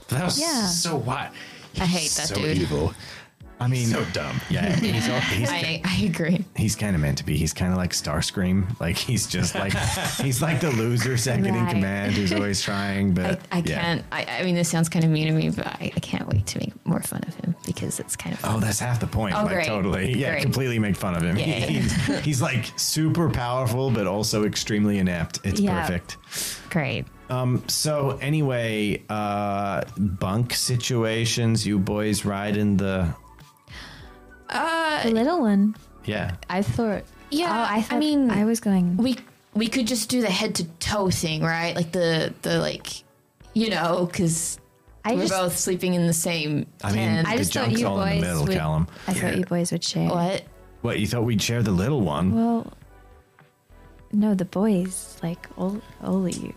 That was
Yeah.
so what?
I hate that
so
dude.
evil.
I mean,
So dumb.
yeah, he's, he's,
I, I agree.
he's kind of meant to be. He's kind of like Starscream. Like he's just like he's like the loser second in
Right.
command who's always trying.
I,
But
I
yeah.
can't. I, I mean, this sounds kind of mean to me, but I, I can't wait to make more fun of him because it's kind of fun.
Oh, that's half the point.
Oh,
like
great.
totally. Yeah,
Great.
completely make fun of him.
Yeah.
He's, he's like super powerful, but also extremely inept. It's
Yeah.
perfect.
great.
Um, so anyway, uh bunk situations, you boys ride in the
The little one.
Yeah.
I thought.
Yeah,
Oh, I,
I
thought
mean-
I was going.
we we could just do the head to toe thing, right? Like the the like, you know, because
I
we're
just,
both sleeping in the same
I mean
tent.
I
the
just thought
junk's
you
all in
boys
the middle,
would-
Callum.
I thought you boys would share.
what?
What, you thought we'd share the little one?
Well, no, the boys, like all, all of you.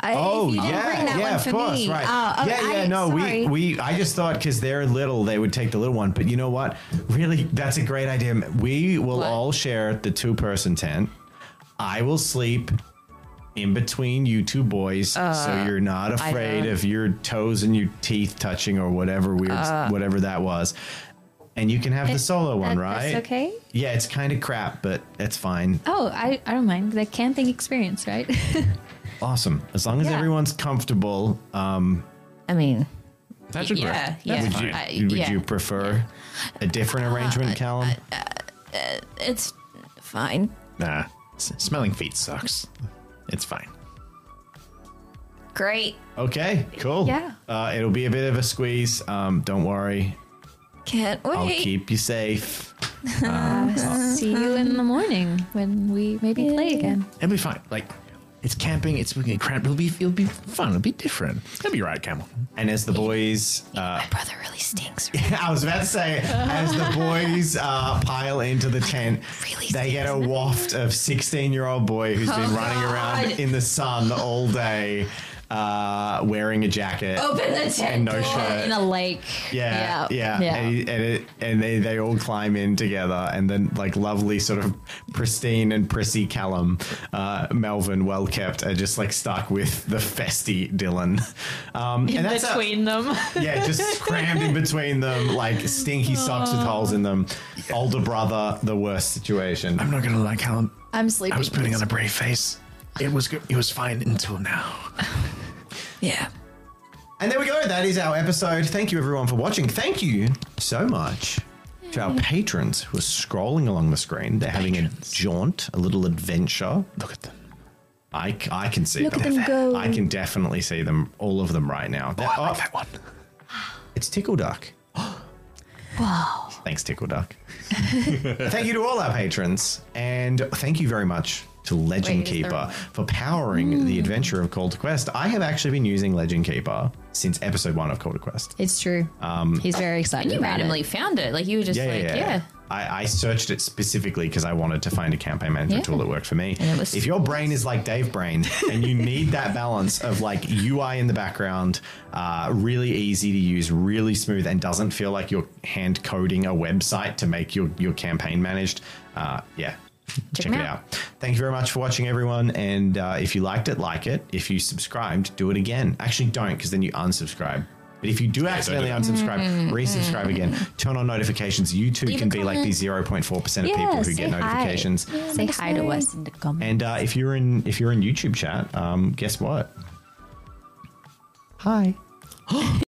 I,
Oh
you didn't
yeah,
bring that
yeah,
one
of
for
course,
me.
right?
Oh, oh,
yeah, yeah.
I-
no,
sorry.
we we. I just thought because they're little, they would take the little one. But you know what? Really, that's a great idea. We will all share the two-person tent. I will sleep in between you two boys,
uh,
so you're not afraid of your toes and your teeth touching or whatever weird,
Uh.
whatever that was. And you can have the solo one,
that-
right?
that's okay?
Yeah, it's kind of crap, but it's fine.
Oh, I, I don't mind. The camping experience, right?
Awesome, as long as
Yeah.
everyone's comfortable. Um,
I mean,
That should work.
Yeah, yeah.
Would you,
I-
would
yeah.
you prefer a different arrangement, Callum?
It's fine.
Nah. S- smelling feet sucks. It's fine.
Great.
okay, cool.
Yeah.
Uh, it'll be a bit of a squeeze. Um, don't worry.
Can't wait.
I'll keep you safe.
See you in the morning when we maybe play again.
It'll be fine. Like, it's camping. It's freaking crap. It'll be it'll be fun. It'll be different. It'll be right, Camel.
And as the boys, uh,
my brother really stinks.
I was about to say, as the boys uh, pile into the tent,
Really Oh,
they get a waft of 16 year old boy who's been running around in the sun all day uh, wearing a jacket.
Oh,
Open the tent
And no
door.
shirt.
In a lake.
Yeah, yeah,
Yeah.
And, and it, and they, they all climb in together, and then like lovely sort of pristine and prissy Callum, uh, Melvin, well kept, are just like stuck with the festy Dylan, um, and that's a-
between them.
yeah, just crammed in between them, like stinky socks
Oh.
with holes in them. Older brother, the worst situation.
I'm not gonna lie, Callum.
I'm sleeping.
I was putting on a brave face. It was good. It was fine until now.
yeah.
And there we go. That is our episode. Thank you, everyone, for watching. Thank you so much to our patrons who are scrolling along the screen. They're having a jaunt, a little adventure. Look at them. I, c- I can see
Look at
them.
them go.
I can definitely see them, all of them right now. They're- oh,
that one.
it's Tickle Duck. wow. Thanks, Tickle Duck. thank you to all our patrons. And thank you very much to Legend
Wait, is Hmm.
Keeper for powering the adventure of Call to Quest. I have actually been using Legend Keeper since episode one of Call to Quest.
It's true. Um, He's very excited.
You
about
randomly found it. Like, you were just like, yeah.
I, I searched it specifically because I wanted to find a campaign management
Yeah.
tool that worked for me.
And it was-
if your brain is like Dave Brain and you need that balance of like UI in the background, uh, really easy to use, really smooth, and doesn't feel like you're hand coding a website to make your, your campaign managed, uh, yeah. Check,
'em
it out.
out.
Thank you very much for watching, everyone. And uh, if you liked it, like it. If you subscribed, do it again. Actually, don't, because then you unsubscribe. But if you do Mm-hmm. accidentally unsubscribe, resubscribe again. Turn on notifications. You too can be like the 0.4% of people who get notifications.
Say hi to us in the comments.
And uh, if you're in if you're in YouTube chat, um, guess what? Hi.